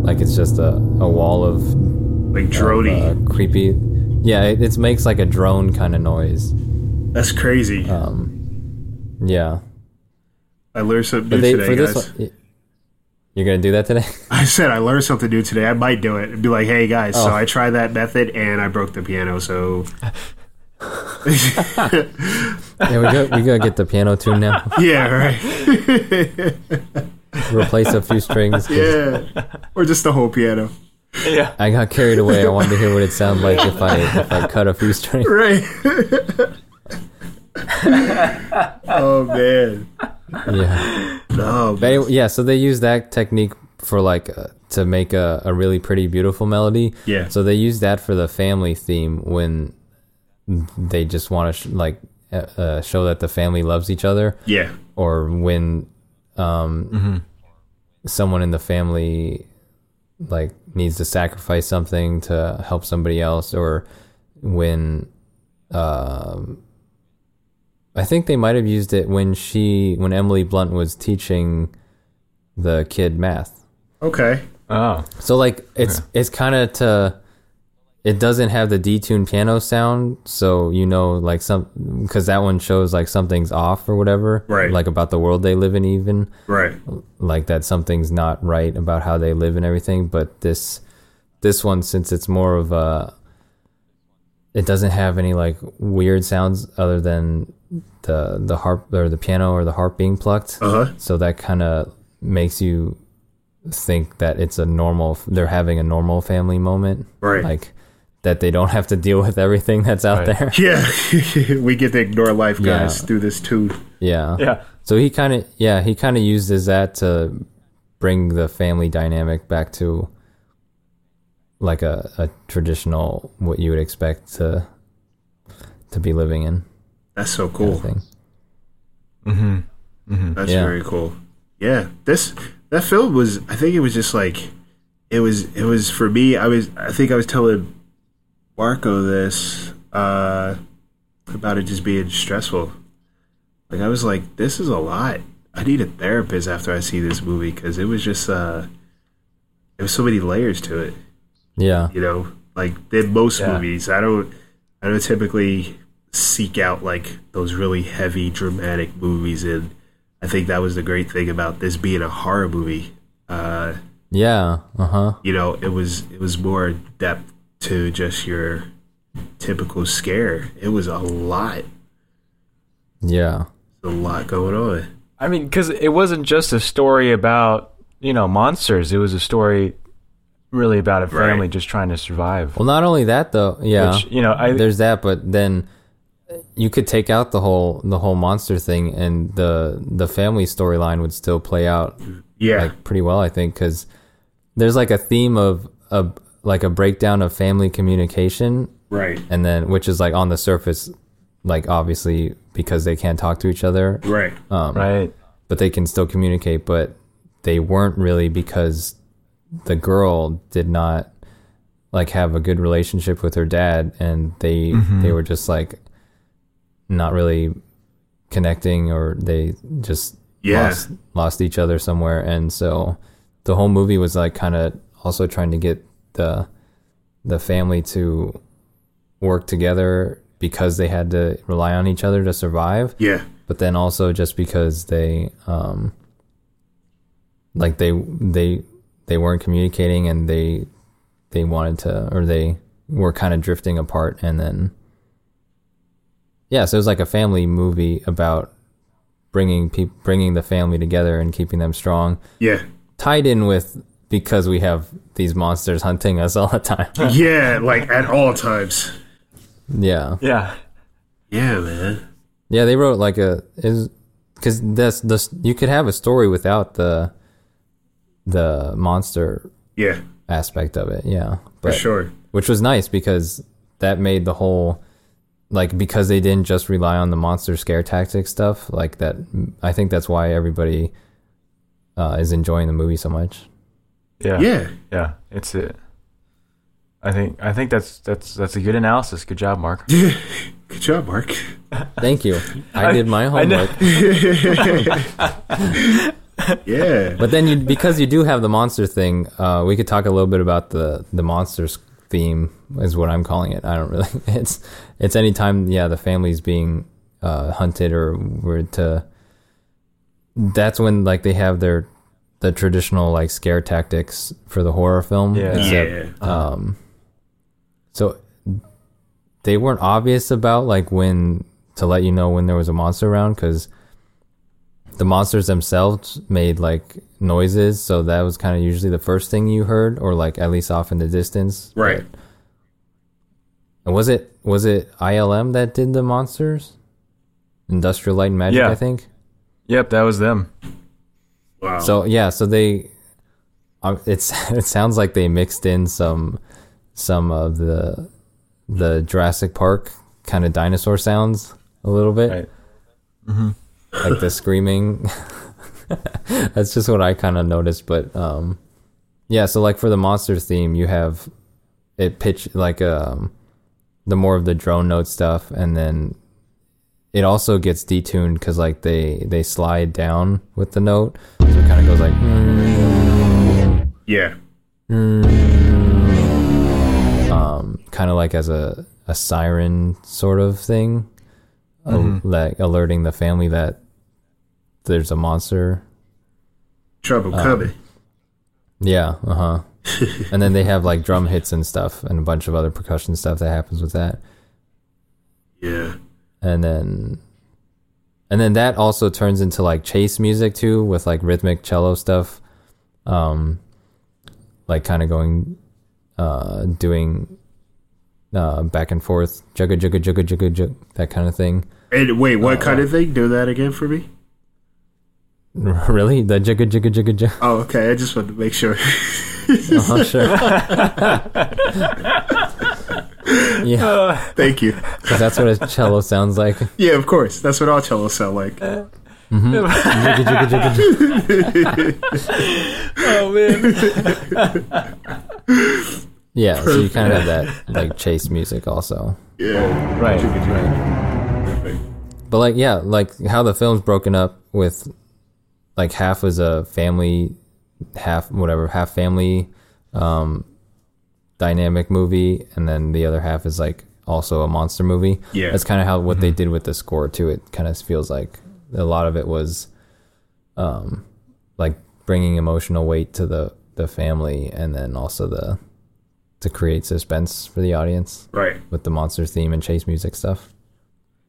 like it's just a, a wall of
like Drody.
uh, creepy yeah it, it makes like a drone kind of noise
That's crazy.
uh, yeah
I learned something new
But they-
today, guys.
y- you're gonna do that today [LAUGHS]
I said I learned something new today. I might do it and be like, "Hey guys,
Oh.
so I tried that method and I broke the
[LAUGHS]
piano." So
yeah we go we gotta get the piano tuned now [LAUGHS]
yeah, right.
replace a few strings 'cause
[LAUGHS] Yeah, or just the whole piano.
[LAUGHS] Yeah.
I got carried away. I wanted to hear what it sounded like if I if I cut a few
[LAUGHS]
strings.
Right. oh man.
Yeah.
No.
But anyway, yeah. So they use that technique for like uh, to make a, a really pretty, beautiful melody.
Yeah.
So they use that for the family theme when they just want to sh- like uh, uh, show that the family loves each other,
Yeah.
or when um someone in the family like needs to sacrifice something to help somebody else, or when um, I think they might have used it when she when Emily Blunt was teaching the kid math.
Okay.
Oh.
So like it's it's kind of to it doesn't have the detuned piano sound, so you know like some because that one shows like something's off or whatever,
Right.
Like about the world they live in, even
Right.
like that something's not right about how they live and everything but this this one since it's more of a it doesn't have any like weird sounds other than the the harp or the piano or the harp being plucked
Uh huh.
so that kind of makes you think that it's a normal they're having a normal family moment
Right.
like that they don't have to deal with everything [LAUGHS] that's out
Right.
there
Yeah. [LAUGHS] we get to ignore life, guys,
Yeah.
through this too.
yeah
Yeah.
So he kind of yeah, he kind of uses that to bring the family dynamic back to like a, a traditional what you would expect to to be living in
That's so
kind
cool.
of thing.
That's
Yeah.
very cool. Yeah, this that film was. I think it was just like it was. It was for me. I was. I think I was telling Marco this uh, about it just being stressful. Like I was like, this is a lot. I need a therapist after I see this movie because it was just. Uh, there was so many layers to it
Yeah.
you know like than most
Yeah.
movies i don't i don't typically seek out like those really heavy dramatic movies and i think that was the great thing about this being a horror movie uh
Yeah. Uh-huh.
you know it was it was more depth to just your typical scare it was a lot
Yeah.
a lot going on
I mean, because it wasn't just a story about you know monsters. It was a story really about a family
Right.
just trying to survive.
Well, not only that though. Yeah.
Which you know, I
There's that, but then you could take out the whole the whole monster thing and the the family storyline would still play out
yeah
like pretty well, I think, because there's like a theme of a like a breakdown of family communication,
right
and then which is like on the surface, like obviously because they can't talk to each other,
right
right.
but they can still communicate. But they weren't really because the girl did not like have a good relationship with her dad, and they they were just like not really connecting, or they just
Yeah.
lost lost each other somewhere, and so the whole movie was like kind of also trying to get the the family to work together, because they had to rely on each other to survive,
Yeah.
but then also just because they um like they they they weren't communicating and they they wanted to or they were kind of drifting apart and then yeah, so it was like a family movie about bringing peop bringing the family together and keeping them strong
Yeah.
tied in with because we have these monsters hunting us all the time. [LAUGHS]
Yeah, like at all times.
yeah.
Yeah.
Yeah, man.
Yeah, they wrote like a is cuz that's the you could have a story without the the monster
Yeah,
aspect of it. Yeah.
for
But
sure.
which was nice because that made the whole like because they didn't just rely on the monster scare tactic stuff, like that I think that's why everybody uh, is enjoying the movie so
[LAUGHS]
much.
Yeah.
Yeah.
Yeah, it's it. I think I think that's that's that's a good analysis. Good job, Mark.
Good job, Mark.
Thank you. I, did my
I know.
homework.
[LAUGHS] Yeah.
But then you because you do have the monster thing, uh, we could talk a little bit about the the monsters theme is what I'm calling it. I don't really [LAUGHS] it's it's any time yeah the family's being uh, hunted or were to that's when like they have their the traditional like scare tactics for the horror film.
Yeah.
except,
Yeah.
Um, so they weren't obvious about like when to let you know when there was a monster around because the monsters themselves made like noises, so that was kind of usually the first thing you heard, or like at least off in the distance.
Right.
And was it was it ILM that did the monsters? Industrial Light and Magic,
Yeah.
I think.
[LAUGHS] Yep, that was them.
Wow.
So yeah, so they, uh, it's [LAUGHS] it sounds like they mixed in some some of the the Jurassic Park kind of dinosaur sounds a little bit,
Right.
like the screaming. [LAUGHS] That's just what I kind of noticed, but um, yeah. So like for the monster theme, you have it pitch like um the more of the drone note stuff, and then it also gets detuned because like they they slide down with the note, so it kind of goes like.
yeah.
um, kind of like as a, a siren sort of thing, al- like alerting the family that there's a monster. uh,
Trouble coming.
Yeah, uh huh. and then they have like drum hits and stuff, and a bunch of other percussion stuff that happens with that.
Yeah.
and then and then that also turns into like chase music too with like rhythmic cello stuff um like kind of going uh doing uh back and forth jugga jugga jugga jugga jug that kind of thing
And wait, what kind
uh,
of thing? Do that again for me?
[LAUGHS] really the jugga jugga jugga
[LAUGHS]
jugga
Oh, okay. I just wanted to make sure. [LAUGHS]
oh sure yeah
Thank you.
'cause that's what a cello sounds like
Yeah, of course. That's what all cellos sound like.
jugga jugga jugga jugga.
Oh man.
[LAUGHS] yeah so you kind of have that like chase music also
Yeah.
Oh,
right.
But like yeah, like how the film's broken up with like half was a family half whatever, half family um dynamic movie and then the other half is like also a monster movie.
Yeah.
That's kind of how what they did with the score too. It kind of feels like a lot of it was um like bringing emotional weight to the the family and then also the to create suspense for the audience
Right.
with the monster theme and chase music stuff.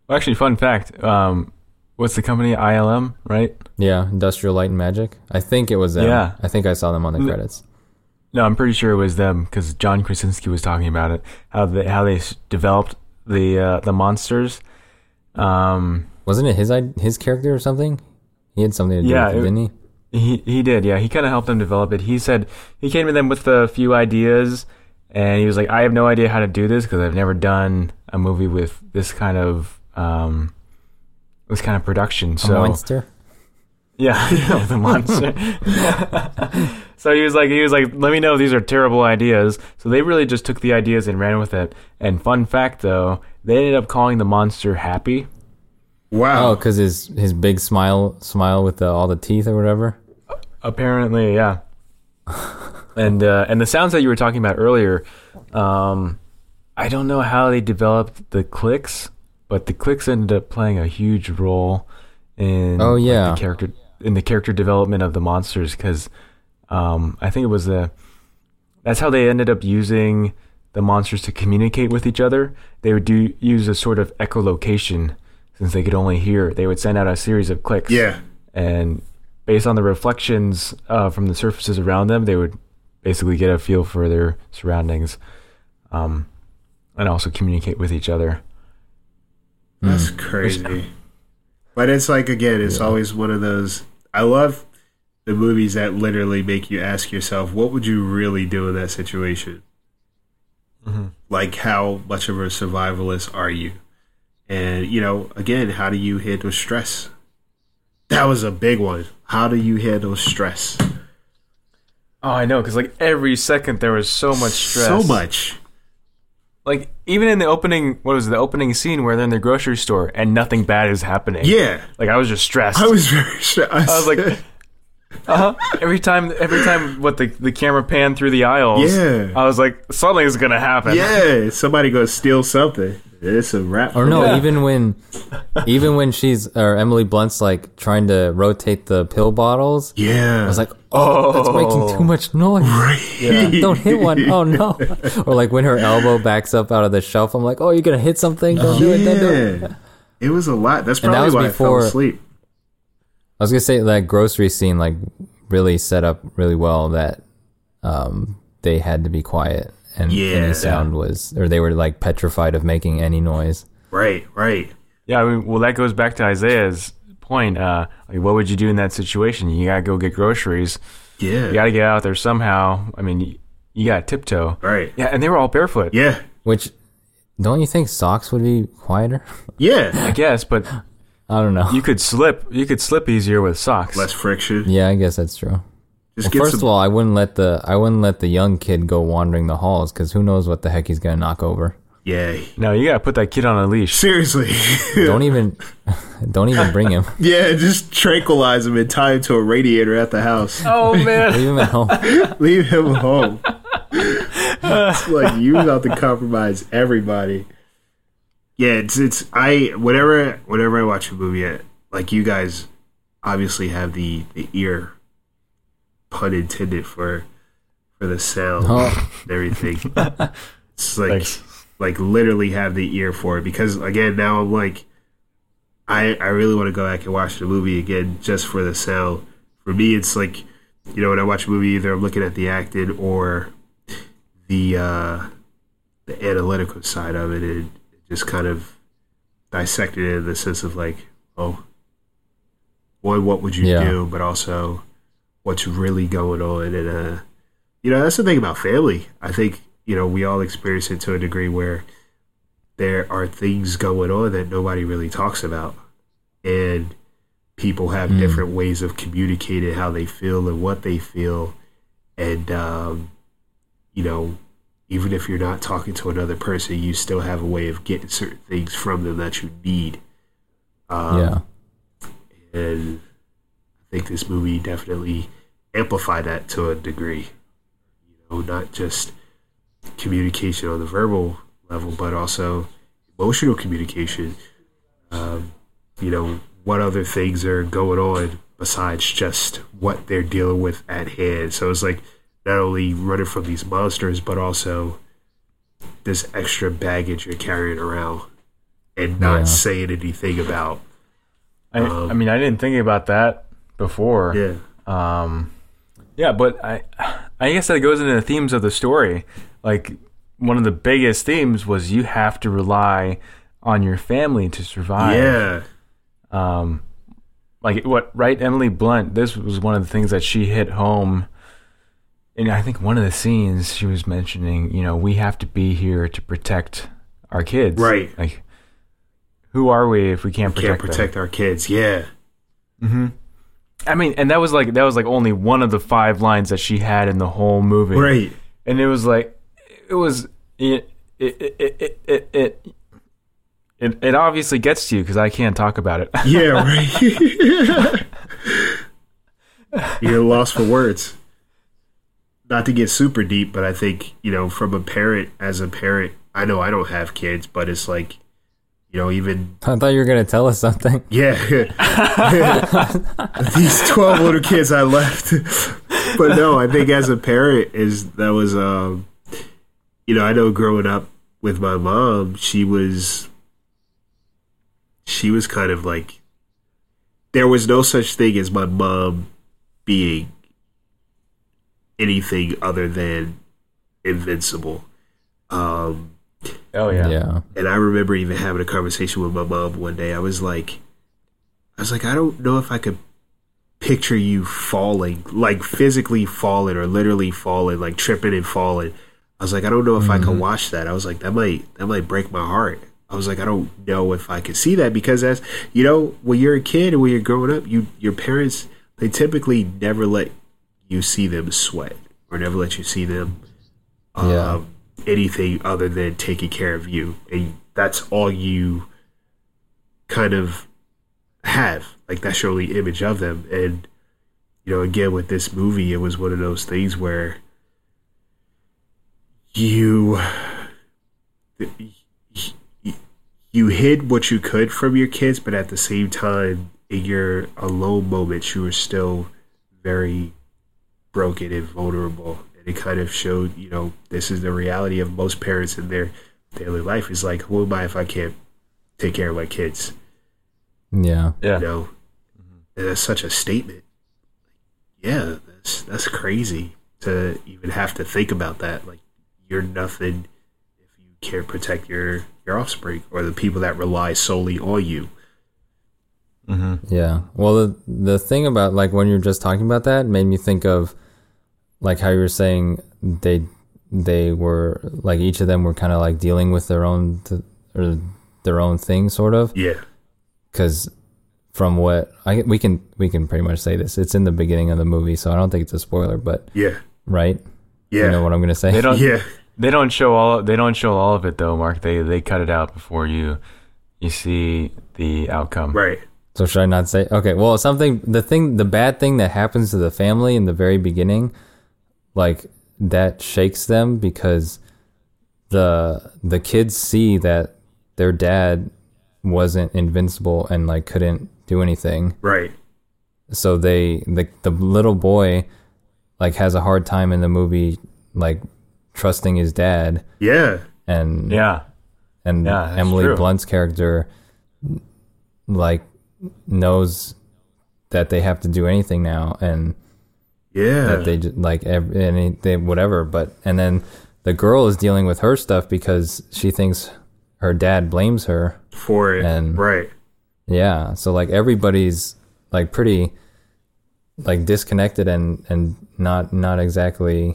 Well, actually, fun fact. Um, what's the company? ILM, right?
Yeah, Industrial Light and Magic. I think it was them.
Yeah.
I think I saw them on the credits.
No, I'm pretty sure it was them because John Krasinski was talking about it. How they how they s- developed the uh, the monsters. Um,
Wasn't it his i- his character or something? He had something to do
Yeah,
with it,
it-
didn't he?
He he did, yeah. He kind of helped them develop it. He said he came to them with a few ideas, and he was like, "I have no idea how to do this because I've never done a movie with this kind of um, this kind of production."
A
So
monster.
[LAUGHS] yeah, [LAUGHS] yeah, the monster. [LAUGHS] so he was like, he was like, "Let me know if these are terrible ideas." So they really just took the ideas and ran with it. And fun fact, though, they ended up calling the monster Happy.
Oh,
Wow.
because his his big smile smile with the, all the teeth or whatever. [LAUGHS]
Apparently, yeah. and uh, and the sounds that you were talking about earlier, um, I don't know how they developed the clicks, but the clicks ended up playing a huge role in
Oh,
like,
yeah.
the character in the character development of the monsters because um, I think it was the that's how they ended up using the monsters to communicate with each other. They would do use a sort of echolocation since they could only hear. They would send out a series of clicks
Yeah.
and based on the reflections uh, from the surfaces around them, they would basically get a feel for their surroundings, um, and also communicate with each other.
That's
Hmm.
crazy. But it's like again, it's always one of those. I love the movies that literally make you ask yourself, what would you really do in that situation?
Mm-hmm.
Like, how much of a survivalist are you? And you know, again, how do you handle stress? That was a big one. How do you handle stress?
Oh, I know, because like every second there was so much stress,
So much.
Like even in the opening, what was it, the opening scene where they're in the grocery store and nothing bad is happening.
Yeah,
like I was just stressed. [LAUGHS]
I was very [LAUGHS] stressed.
I was like, uh huh. Every time, every time, what the the camera panned through the aisles.
Yeah.
I was like, something's gonna happen.
yeah, somebody gonna steal something. It's a wrap.
Or
for
no,
Yeah.
even when, even when she's or Emily Blunt's like trying to rotate the pill bottles,
Yeah.
I was like, oh, that's making too much noise.
[LAUGHS]
Don't hit one. Oh
[LAUGHS]
no! Or like when her elbow backs up out of the shelf, I'm like, oh, you're gonna hit something? Don't do it! Don't do it!
Yeah. It was a lot. That's
And that
probably
was
why I
before-
fell asleep.
I was gonna say that grocery scene like really set up really well that um, they had to be quiet and
Yeah.
any sound was or they were like petrified of making any noise.
Right, right.
Yeah, I mean, well, that goes back to Isaiah's point. Uh, like, what would you do in that situation? You gotta go get groceries.
Yeah.
You gotta get out there somehow. I mean, you, you gotta tiptoe.
Right.
Yeah, and they were all barefoot.
Yeah.
Which don't you think socks would be quieter? [LAUGHS]
I
Yeah.
guess, but
I don't know.
you could slip. You could slip easier with socks.
Less friction.
yeah, I guess that's true.
Just get
First
some
of all, I wouldn't let the I wouldn't let the young kid go wandering the halls because who knows what the heck he's gonna knock over.
Yeah.
no, you gotta put that kid on a leash.
[LAUGHS] Seriously.
Don't even [LAUGHS] don't even bring
[LAUGHS]
him.
yeah, just tranquilize him and tie him to a radiator at the house.
Oh man.
Leave him at home.
Uh-huh. Leave him home. it's like you about to compromise everybody. Yeah, it's it's I whenever whenever I watch a movie, I, like you guys obviously have the the ear, pun intended for for the sound
Oh.
and everything. it's like
Thanks.
like literally have the ear for it because again now I'm like I I really want to go back and watch the movie again just for the sound. For me, it's like you know when I watch a movie, either I'm looking at the acting or the uh, the analytical side of it, and just kind of dissected it in the sense of like, oh, one, what would you
Yeah.
do, but also what's really going on, and uh, you know that's the thing about family. I think you know we all experience it to a degree where there are things going on that nobody really talks about, and people have different ways of communicating how they feel and what they feel, and um, you know, even if you're not talking to another person, you still have a way of getting certain things from them that you need. Um,
yeah.
And I think this movie definitely amplified that to a degree. You know, not just communication on the verbal level, but also emotional communication. Um, you know, what other things are going on besides just what they're dealing with at hand. So it's like not only running from these monsters, but also this extra baggage you're carrying around and not
Yeah.
saying anything about.
I, I mean, I didn't think about that before.
Yeah.
Um, yeah, but I, I guess that goes into the themes of the story. Like one of the biggest themes was you have to rely on your family to survive.
Yeah.
Um, like what? Right, Emily Blunt. This was one of the things that she hit home. And I think one of the scenes she was mentioning, you know, we have to be here to protect our kids.
Right.
Like, who are we if we can't protect
can't
them?
protect our kids. Yeah,
I mean, and that was like that was like only one of the five lines that she had in the whole movie.
right.
and it was like it was it it it it it it, it, it obviously gets to you because I can't talk about it. [LAUGHS]
Yeah, [LAUGHS] right. You're lost for words. not to get super deep, but I think you know, from a parent as a parent, I know I don't have kids, but it's like, you know, even
I thought you were gonna tell us something.
yeah, [LAUGHS] these twelve little kids I left, [LAUGHS] but no, I think as a parent is that was, um, you know, I know growing up with my mom, she was, she was kind of like, there was no such thing as my mom being anything other than invincible. Um,
Oh yeah.
Yeah.
and I remember even having a conversation with my mom one day. I was like, I was like, I don't know if I could picture you falling, like physically falling or literally falling, like tripping and falling. I was like, I don't know if I can watch that. I was like, that might that might break my heart. I was like, I don't know if I could see that because as you know, when you're a kid and when you're growing up, you your parents they typically never let you see them sweat or never let you see them
Yeah.
um, anything other than taking care of you, and that's all you kind of have. Like that's your only image of them, and you know, again with this movie, it was one of those things where you you hid what you could from your kids, but at the same time, in your alone moments, you were still very broken and vulnerable. And it kind of showed, you know, this is the reality of most parents in their daily life. Is like, who am I if I can't take care of my kids?
Yeah.
Yeah.
You know, and that's such a statement. Yeah, that's that's crazy to even have to think about that. Like, you're nothing if you can't protect your your offspring or the people that rely solely on you.
Yeah. Well, the the thing about like when you were just talking about that made me think of like how you were saying they they were like each of them were kind of like dealing with their own th- or their own thing sort of
Yeah,
because from what I we can we can pretty much say this it's in the beginning of the movie so I don't think it's a spoiler but
yeah,
right
yeah,
you know what I'm gonna say
They don't.
yeah.
They don't show all. They don't show all of it though, Mark. They they cut it out before you you see the outcome.
Right.
So should I not say? Okay. Well, something the thing the bad thing that happens to the family in the very beginning, like that shakes them because the the kids see that their dad wasn't invincible and like couldn't do anything.
Right.
So they the the little boy like has a hard time in the movie like trusting his dad
Yeah.
and
Yeah.
and
Yeah, that's
Emily
true.
Blunt's character like knows that they have to do anything now and
Yeah.
that they ju- like ev- any they whatever but and then the girl is dealing with her stuff because she thinks her dad blames her
for it.
and-
right.
yeah so like everybody's like pretty like disconnected and and not not exactly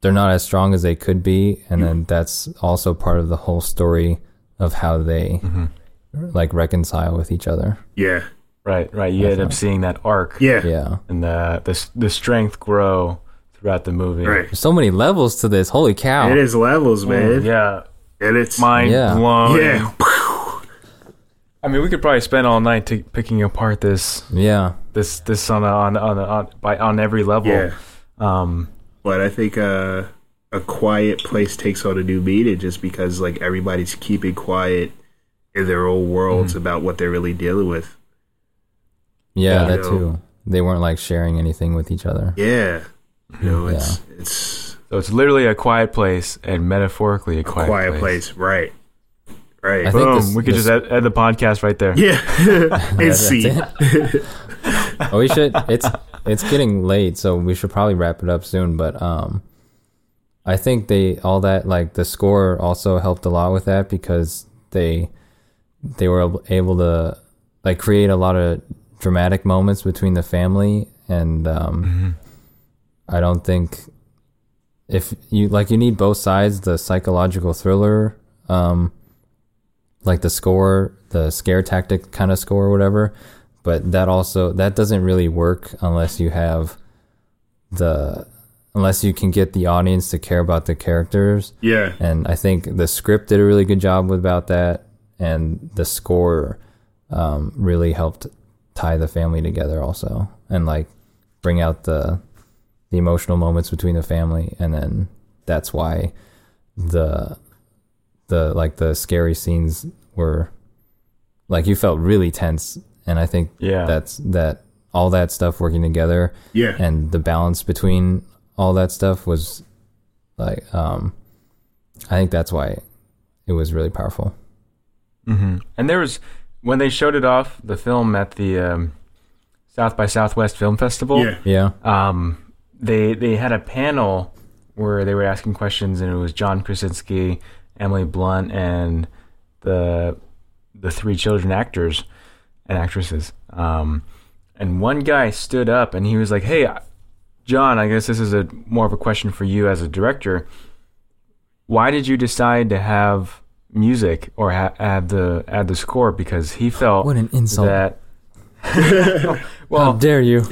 they're not as strong as they could be and then that's also part of the whole story of how they
Mm-hmm.
like reconcile with each other
Yeah.
Right. Right. You end up seeing that arc
Yeah.
yeah
and the the s- the strength grow throughout the movie.
Right.
there's so many levels to this holy cow
It is levels, man.
Yeah.
And it's
Mind
Yeah.
blown.
yeah.
I mean, we could probably spend all night t- picking apart this
yeah
this this on a, on a, on a, on by on every level.
Yeah.
Um.
But I think uh, a quiet place takes on a new meaning just because like everybody's keeping quiet in their own worlds about what they're really dealing with.
yeah
Yeah.
that too they weren't like sharing anything with each other
Yeah. You know, it's it's
So it's literally a quiet place and metaphorically a
a
quiet,
quiet
place.
place. Right. Right.
I think
Boom.
this-
we could
this-
just add, add the podcast right there.
[LAUGHS] yeah. and see.
[LAUGHS] oh, we should. It's it's getting late, so we should probably wrap it up soon. But um, I think they all that like the score also helped a lot with that because they they were ab- able to like create a lot of dramatic moments between the family, and um, I don't think if you like you need both sides the psychological thriller um like the score the scare tactic kind of score or whatever but that also that doesn't really work unless you have the unless you can get the audience to care about the characters
Yeah.
and I think the script did a really good job about that, and the score um, really helped tie the family together also, and like bring out the the emotional moments between the family, and then that's why the the like the scary scenes were like you felt really tense, and I think
Yeah.
that's that all that stuff working together
Yeah.
and the balance between all that stuff was like um I think that's why it was really powerful.
And there was when they showed it off the film at the um, South by Southwest Film Festival.
yeah.
Yeah.
Um, they they had a panel where they were asking questions, and it was John Krasinski, Emily Blunt, and the the three children actors and actresses. Um, and one guy stood up and he was like, "Hey, I- John, I guess this is a more of a question for you as a director. Why did you decide to have music or ha- add the add the score? Because he felt
What an insult.
that
How dare you?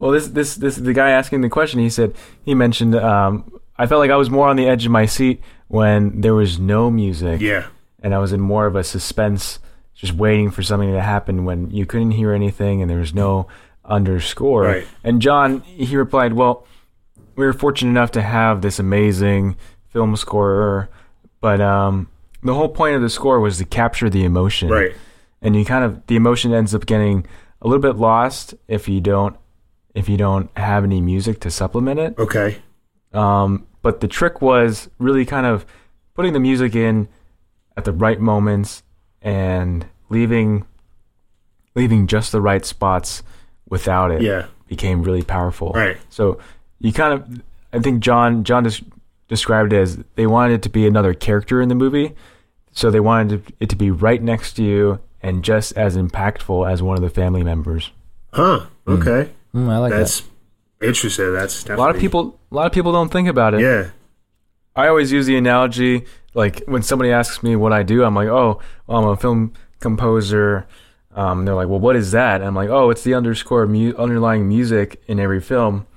Well, this this this the guy asking the question. He said he mentioned. Um, I felt like I was more on the edge of my seat when there was no music,
Yeah.
and I was in more of a suspense, just waiting for something to happen when you couldn't hear anything and there was no underscore.
Right.
And John he replied, "Well, we were fortunate enough to have this amazing film scorer, but um, the whole point of the score was to capture the emotion,
Right.
and you kind of the emotion ends up getting a little bit lost if you don't if you don't have any music to supplement it.
Okay.
Um, but the trick was really kind of putting the music in at the right moments and leaving leaving just the right spots without it
Yeah.
became really powerful.
Right.
So you kind of, I think John John des- described it as they wanted it to be another character in the movie, so they wanted it to be right next to you and just as impactful as one of the family members.
Huh. Okay.
Mm, I like
That's interesting. That's
A lot of people, a lot of people don't think about it.
Yeah.
I always use the analogy like when somebody asks me what I do, I'm like, oh, well, I'm a film composer. Um, they're like, well, what is that? And I'm like, oh, it's the underscore mu- underlying music in every film.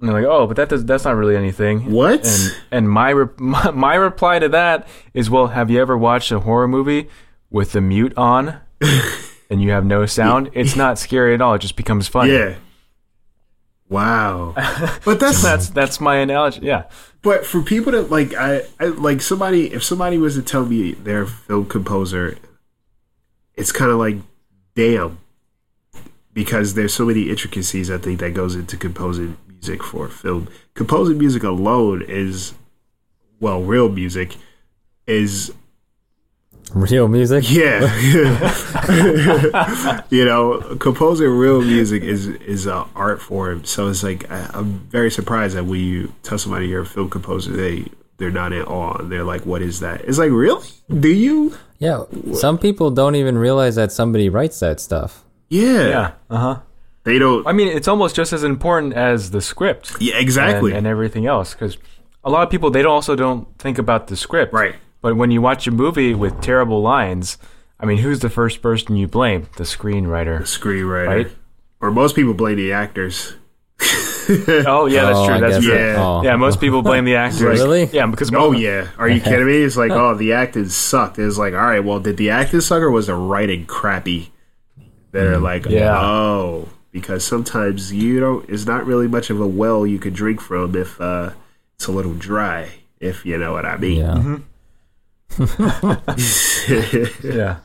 And they're like, oh, but that does that's not really anything.
What?
And and my, re- [LAUGHS] my my reply to that is, well, have you ever watched a horror movie with the mute
[LAUGHS]
on and you have no sound? It's not scary at all. It just becomes funny.
Yeah.
[LAUGHS]
Wow. But that's
That's that's my analogy. Yeah.
but for people that like I, I like somebody if somebody was to tell me they're a film composer, it's kind of like damn because there's so many intricacies I think that goes into composing music for film. Composing music alone is well, real music is
that. Real
[LAUGHS]
music?
Yeah, [LAUGHS] you know, composing real music is is an art form. So it's like I, I'm very surprised that when you tell somebody you're a film composer, they they're not at all. They're like, "What is that?" It's like, really? Do you?
Yeah. Some people don't even realize that somebody writes that stuff.
Yeah,
Yeah. Uh huh.
they don't.
I mean, it's almost just as important as the script.
yeah, exactly.
and, and everything else because a lot of people they don't also don't think about the script
Right.
but when you watch a movie with terrible lines i mean who's the first person you blame the screenwriter
Screenwriter,
Right.
or most people blame the actors.
[LAUGHS] oh yeah that's
Oh,
true
I
that's
guess
true
it-
Yeah.
oh.
yeah most people blame the actors
Really?
yeah because
Oh yeah, are you kidding me? It's like, oh, the acting sucked. It's like, all right, well, did the acting suck or was the writing crappy? That are like,
Yeah.
oh, because sometimes you don't. It's not really much of a well you could drink from if uh, it's a little dry, if you know what I mean.
Yeah.
Mm-hmm. yeah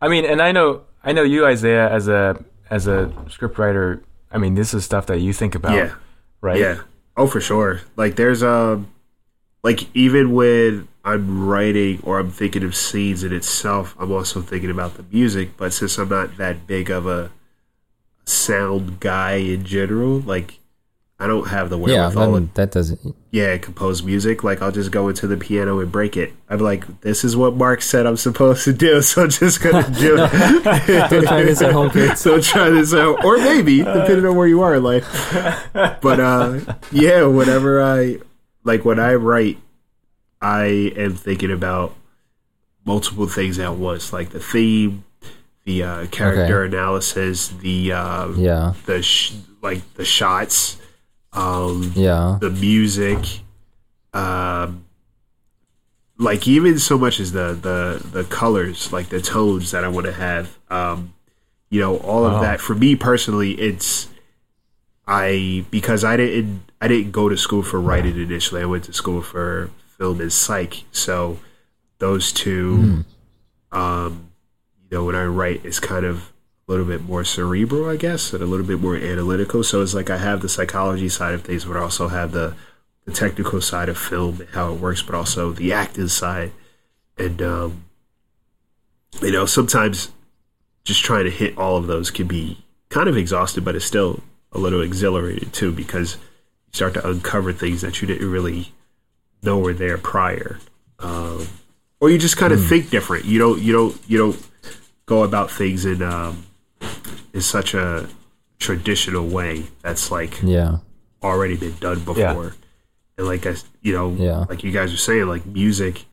i mean and i know i know you isaiah as a as a scriptwriter i mean this is stuff that you think about
yeah.
right
Yeah. Oh, for sure. Like there's um, like even when I'm writing or I'm thinking of scenes in itself, I'm also thinking about the music. But since I'm not that big of a sound guy in general, like I don't have the
Yeah,
wherewithal.
that, that doesn't.
yeah, compose music. Like I'll just go into the piano and break it. I'm like, this is what Mark said I'm supposed to do, [LAUGHS] so I'm just gonna do
[LAUGHS]
it.
Don't try this at home, kids.
So try this out, or maybe depending on where you are in life. But uh, yeah, whenever I like when I write, I am thinking about multiple things at once, like the theme, the uh, character analysis, the uh,
Yeah.
the sh- like the shots, um,
Yeah.
the music, um, like even so much as the the the colors, like the tones that I want to have. Um, you know, all of that for me personally, it's I because I didn't I didn't go to school for writing initially. I went to school for film and psych. So those two, um, you know, when I write, it's kind of a little bit more cerebral, I guess, and a little bit more analytical. So it's like I have the psychology side of things, but I also have the the technical side of film and how it works, but also the acting side. And um, you know, sometimes just trying to hit all of those can be kind of exhausted, but it's still a little exhilarated too because you start to uncover things that you didn't really know were there prior, um, or you just kind of think different. You don't, you don't, you don't go about things in um, in such a traditional way that's like
Yeah.
already been done before. And like I, s- you know,
Yeah.
like you guys were saying, like music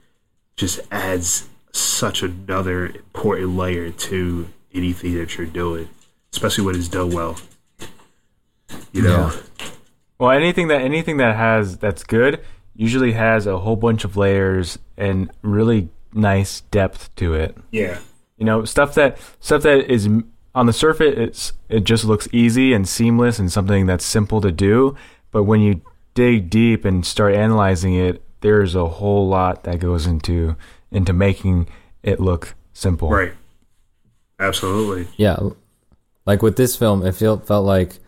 just adds such another important layer to anything that you're doing, especially when it's done well. You know,
Well, anything that anything that has that's good usually has a whole bunch of layers and really nice depth to it.
yeah,
You know, stuff that stuff that is m- on the surface, it's it just looks easy and seamless and something that's simple to do. But when you dig deep and start analyzing it, there's a whole lot that goes into into making it look simple.
right, absolutely,
Yeah. Like with this film, it felt felt like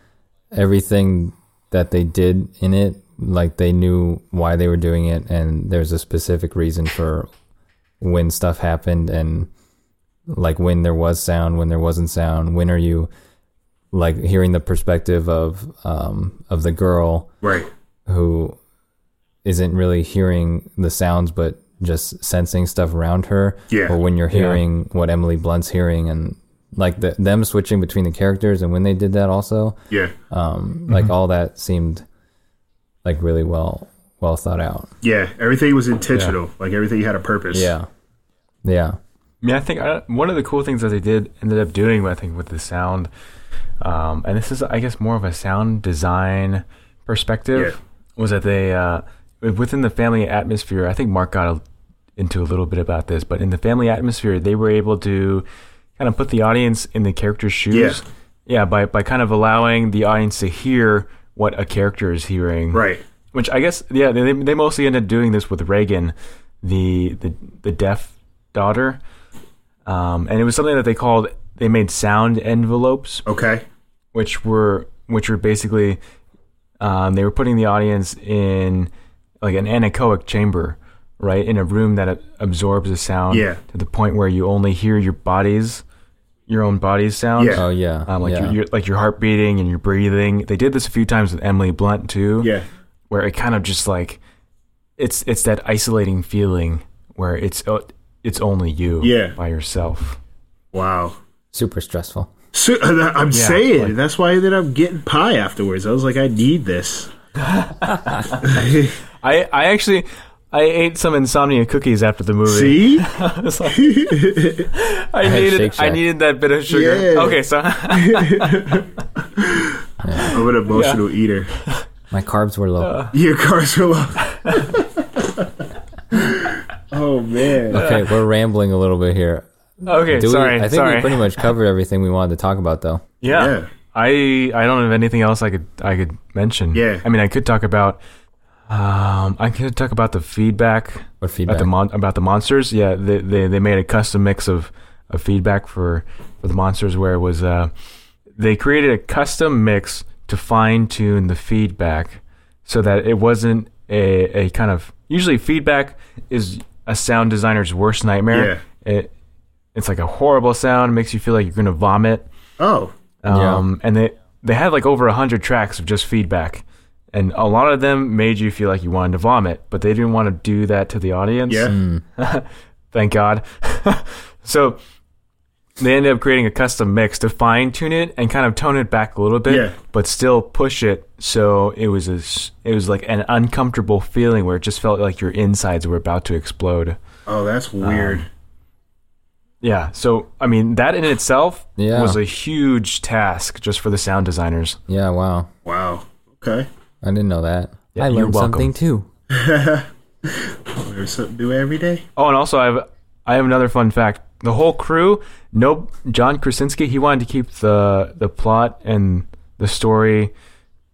everything that they did in it, like they knew why they were doing it and there's a specific reason for when stuff happened and like when there was sound, when there wasn't sound, when are you like hearing the perspective of um of the girl
right,
who isn't really hearing the sounds but just sensing stuff around her
Yeah.
or when you're hearing what Emily Blunt's hearing and like the, them switching between the characters and when they did that also
yeah,
um,
Mm-hmm.
like all that seemed like really well well thought out
yeah. Everything was intentional. Like everything had a purpose.
yeah yeah
I mean, I think I, one of the cool things that they did ended up doing, I think, with the sound, um, and this is, I guess, more of a sound design perspective, was that they uh, within the family atmosphere. I think Mark got a, into a little bit about this, but in the family atmosphere, they were able to kind of put the audience in the character's shoes. Yeah, by by kind of allowing the audience to hear what a character is hearing
right,
which I guess yeah they, they mostly ended up doing this with Reagan, the the the deaf daughter, um, and it was something that they called they made sound envelopes,
okay,
which were which were basically um, they were putting the audience in like an anechoic chamber, right, in a room that absorbs the sound
Yeah.
to the point where you only hear your body's your own body's sound.
Yeah.
oh yeah
Um, like
yeah.
your, your like your heart beating and your breathing. They did this a few times with Emily Blunt too
yeah,
where it kind of just like it's it's that isolating feeling where it's o- it's only you
Yeah.
by yourself.
wow.
super stressful
So, [LAUGHS] I'm saying
like-
that's why I ended up getting pie afterwards. I was like, I need this.
I I actually I ate some insomnia cookies after the movie.
[LAUGHS] See,
I, was like- I
had Shake
needed I
Shack.
needed that bit of sugar.
Yeah.
Okay, so [LAUGHS]
[LAUGHS] I'm an emotional eater.
my carbs were low
Uh.
Your cars are low. [LAUGHS] oh man.
okay we're rambling a little bit here
okay,
Do we-
sorry,
i think
sorry.
we pretty much covered everything we wanted to talk about though
yeah.
Yeah.
I I don't have anything else I could I could mention.
Yeah.
I mean, I could talk about um I could talk about the feedback
what
about
feedback
the mon- about the monsters. Yeah, they, they they made a custom mix of, of feedback for, for the monsters where it was uh, they created a custom mix to fine tune the feedback so that it wasn't a, a kind of usually feedback is a sound designer's worst nightmare. It it's like a horrible sound, makes you feel like you're gonna vomit.
Oh.
Yeah.
Um, and they they had like over hundred tracks of just feedback, and a lot of them made you feel like you wanted to vomit, but they didn't want to do that to the audience.
Yeah.
Thank God. [LAUGHS] so they ended up creating a custom mix to fine tune it and kind of tone it back a little bit,
Yeah.
but still push it. So it was a, s- it was like an uncomfortable feeling where it just felt like your insides were about to explode.
Oh, that's weird.
Yeah. So I mean, that in itself
Yeah.
was a huge task just for the sound designers.
yeah wow
wow. Okay.
i didn't know that
Yeah,
i
you're
learned
welcome.
something too
There's something new every day.
Oh, and also I have I have another fun fact. The whole crew, no John Krasinski, he wanted to keep the the plot and the story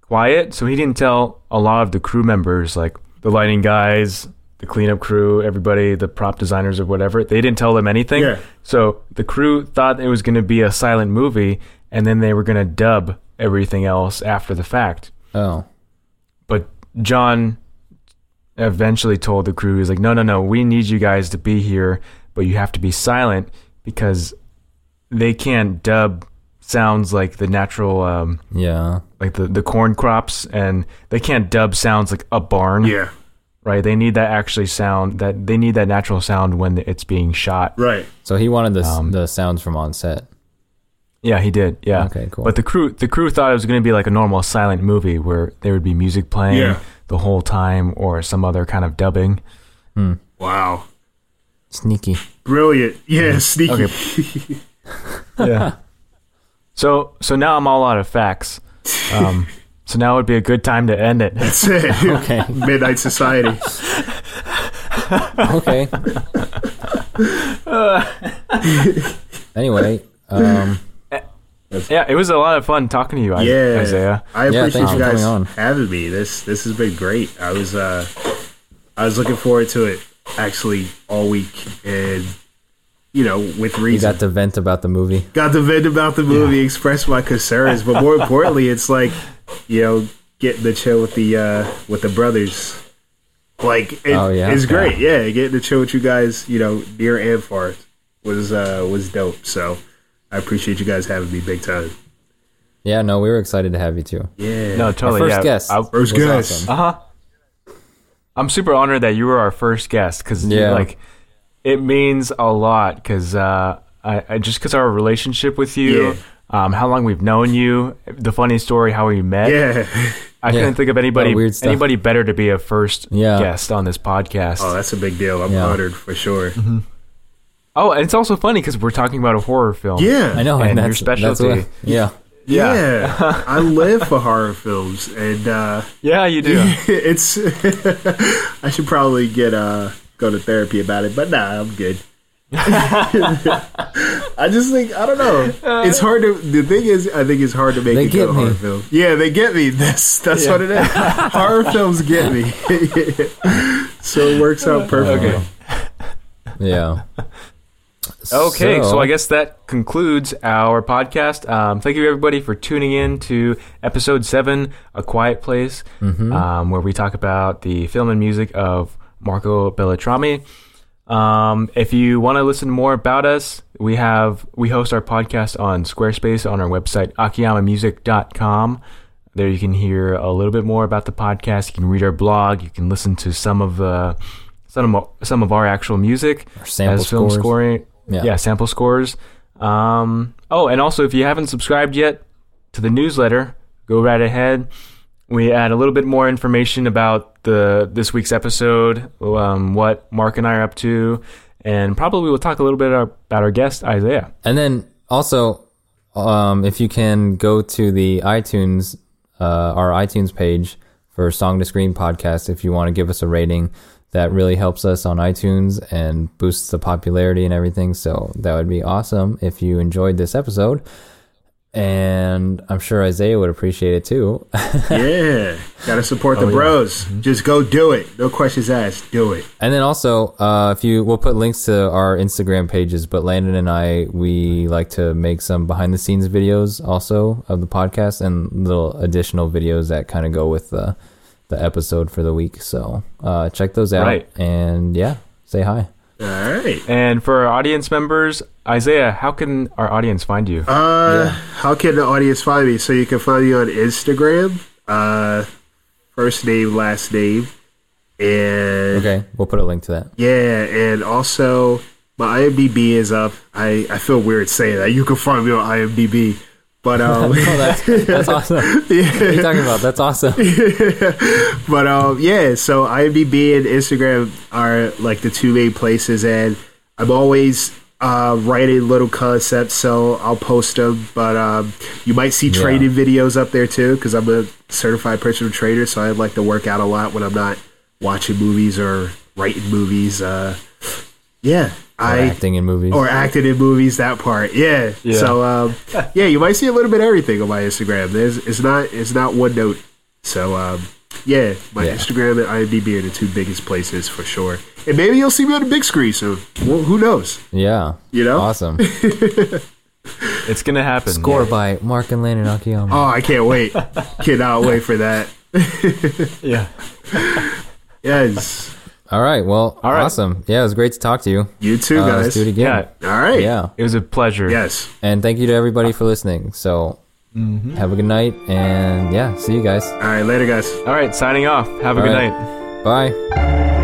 quiet, so he didn't tell a lot of the crew members, like the lighting guys, the cleanup crew, everybody, the prop designers or whatever. They didn't tell them anything.
Yeah.
So the crew thought it was going to be a silent movie, and then they were going to dub everything else after the fact.
Oh.
But John eventually told the crew, he's like, no, no, no, we need you guys to be here, but you have to be silent because they can't dub sounds like the natural, um,
Yeah.
like the, the corn crops, and they can't dub sounds like a barn,
Yeah.
right? They need that actually sound that they need that natural sound when it's being shot.
Right.
So he wanted the s
Um,
the sounds from on set.
Yeah, he did. Yeah.
Okay, cool.
But the crew the crew thought it was going to be like a normal silent movie where there would be music playing
Yeah.
the whole time or some other kind of dubbing.
Wow.
Sneaky.
Brilliant. Yeah. Sneaky.
yeah. [LAUGHS] So so now I'm all out of facts. Um, so now would be a good time to end it.
[LAUGHS] That's it.
Okay.
Midnight Society.
[LAUGHS]
Okay. anyway, um,
Yeah, it was a lot of fun talking to you, I-
Yeah.
Isaiah.
I
Yeah,
appreciate
thanks
you
for
guys
coming on.
having me. This this has been great. I was uh I was looking forward to it actually all week and you know, with
you
reason.
got to vent about the movie.
got to vent about the movie, express my concerns,
[LAUGHS]
but more importantly, it's like you know getting to chill with the uh, with the brothers. Like it,
Oh, yeah?
it's great, yeah. Getting to chill with you guys, you know, near and far was uh, was dope. So I appreciate you guys having me big time.
Yeah, no, we were excited to have you too.
Yeah,
No, totally.
first
yeah.
guest.
first
was
guys.
awesome.
Uh huh. I'm super honored that you were our first guest because
Yeah.
like it means a lot because uh, I, I just because our relationship with you.
Yeah.
Um, how long we've known you? The funny story how we met.
Yeah,
[LAUGHS]
I
Yeah.
couldn't think of anybody
Lot of weird stuff.
anybody better to be a first
Yeah.
guest on this podcast.
oh, that's a big deal. I'm
Yeah. Mm-hmm.
honored for sure.
Oh, and it's also funny because we're talking about a horror film.
Yeah,
I know,
[LAUGHS] And
and,
your
that's that's what-
specialty.
yeah,
Yeah,
Yeah.
[LAUGHS] I live for horror films, and uh, [LAUGHS]
Yeah, you do.
it's. [LAUGHS] I should probably get uh go to therapy about it, but nah,
[LAUGHS]
I'm good. I just think I don't know. It's hard to. The thing is, I think it's hard to make
They
a
get
good horror
me.
film. Yeah, they get me. [LAUGHS] That's that's
Yeah.
what it is. horror films get me. [LAUGHS] so it
[LAUGHS]
works out perfectly.
Okay.
yeah.
Okay, so, I guess that concludes our podcast. Um, thank you, everybody, for tuning in to episode seven, A Quiet Place, um, where we talk about the film and music of Marco Beltrami. Um, if you want to listen more about us, we have we host our podcast on Squarespace on our website akiyamamusic.com. There you can hear a little bit more about the podcast. You can read our blog. You can listen to some of the some of some of our actual music
sample
as film
scores.
scoring.
Yeah.
Yeah. sample scores. Um, oh, and also if you haven't subscribed yet to the newsletter, go right ahead. We add a little bit more information about the this week's episode, um, what Mark and I are up to, and probably we'll talk a little bit our- about our guest Isaiah.
And then also, um, if you can go to the iTunes, uh, our iTunes page for Song to Screen podcast, if you want to give us a rating, that really helps us on iTunes and boosts the popularity and everything. So that would be awesome if you enjoyed this episode. And I'm sure Isaiah would appreciate it too.
Oh, Yeah, Mm-hmm. gotta support the bros. Just go do it. No questions asked. Do it.
And then also, uh, if you, we'll put links to our Instagram pages. But Landon and I, we like to make some behind the scenes videos also of the podcast and little additional videos that kind of go with the the episode for the week. So uh, check those out
Right.
and yeah, say hi.
All right.
And for our audience members, Isaiah, how can our audience find you?
Uh, how can the audience find me? So you can find me on Instagram. Uh, first name, last name, and
Okay, we'll put a link to that.
yeah, and also my IMDb is up. I I feel weird saying that. You can find me on IMDb, but um,
Oh,
[LAUGHS]
that's, that's awesome. What are you talking about? That's awesome.
but um, yeah. So IMDb and Instagram are like the two main places, and I'm always uh, writing little concepts, so I'll post them. But um, you might see training videos up there too, because I'm a certified personal trainer, so I like to work out a lot when I'm not watching movies or writing movies. Uh, yeah, [LAUGHS] I
Acting in movies.
or acted in movies. That part, yeah.
[LAUGHS]
Yeah.
So, um, yeah, you might see a little bit of everything on my Instagram. There's, it's not, it's not one note So um, yeah, my
Yeah.
Instagram and IMDb are the two biggest places for sure. And maybe you'll see me on the big screen soon. Well, who knows?
Yeah.
You know? [LAUGHS]
Awesome.
It's gonna happen.
Score by Mark and Landon Akiyama.
Oh, I
[LAUGHS]
can't wait. Cannot wait for that.
Yeah.
Yes.
All right. Well,
All right.
awesome. Yeah, it was great to talk to you.
You too,
Uh,
guys.
let's do it
yeah.
again.
All right.
Yeah.
It was a pleasure.
Yes.
And thank you to everybody for listening. So have a good night. And yeah, see you guys.
All right. Later, guys.
All right. Signing off. Have a
All
good
right.
night.
Bye.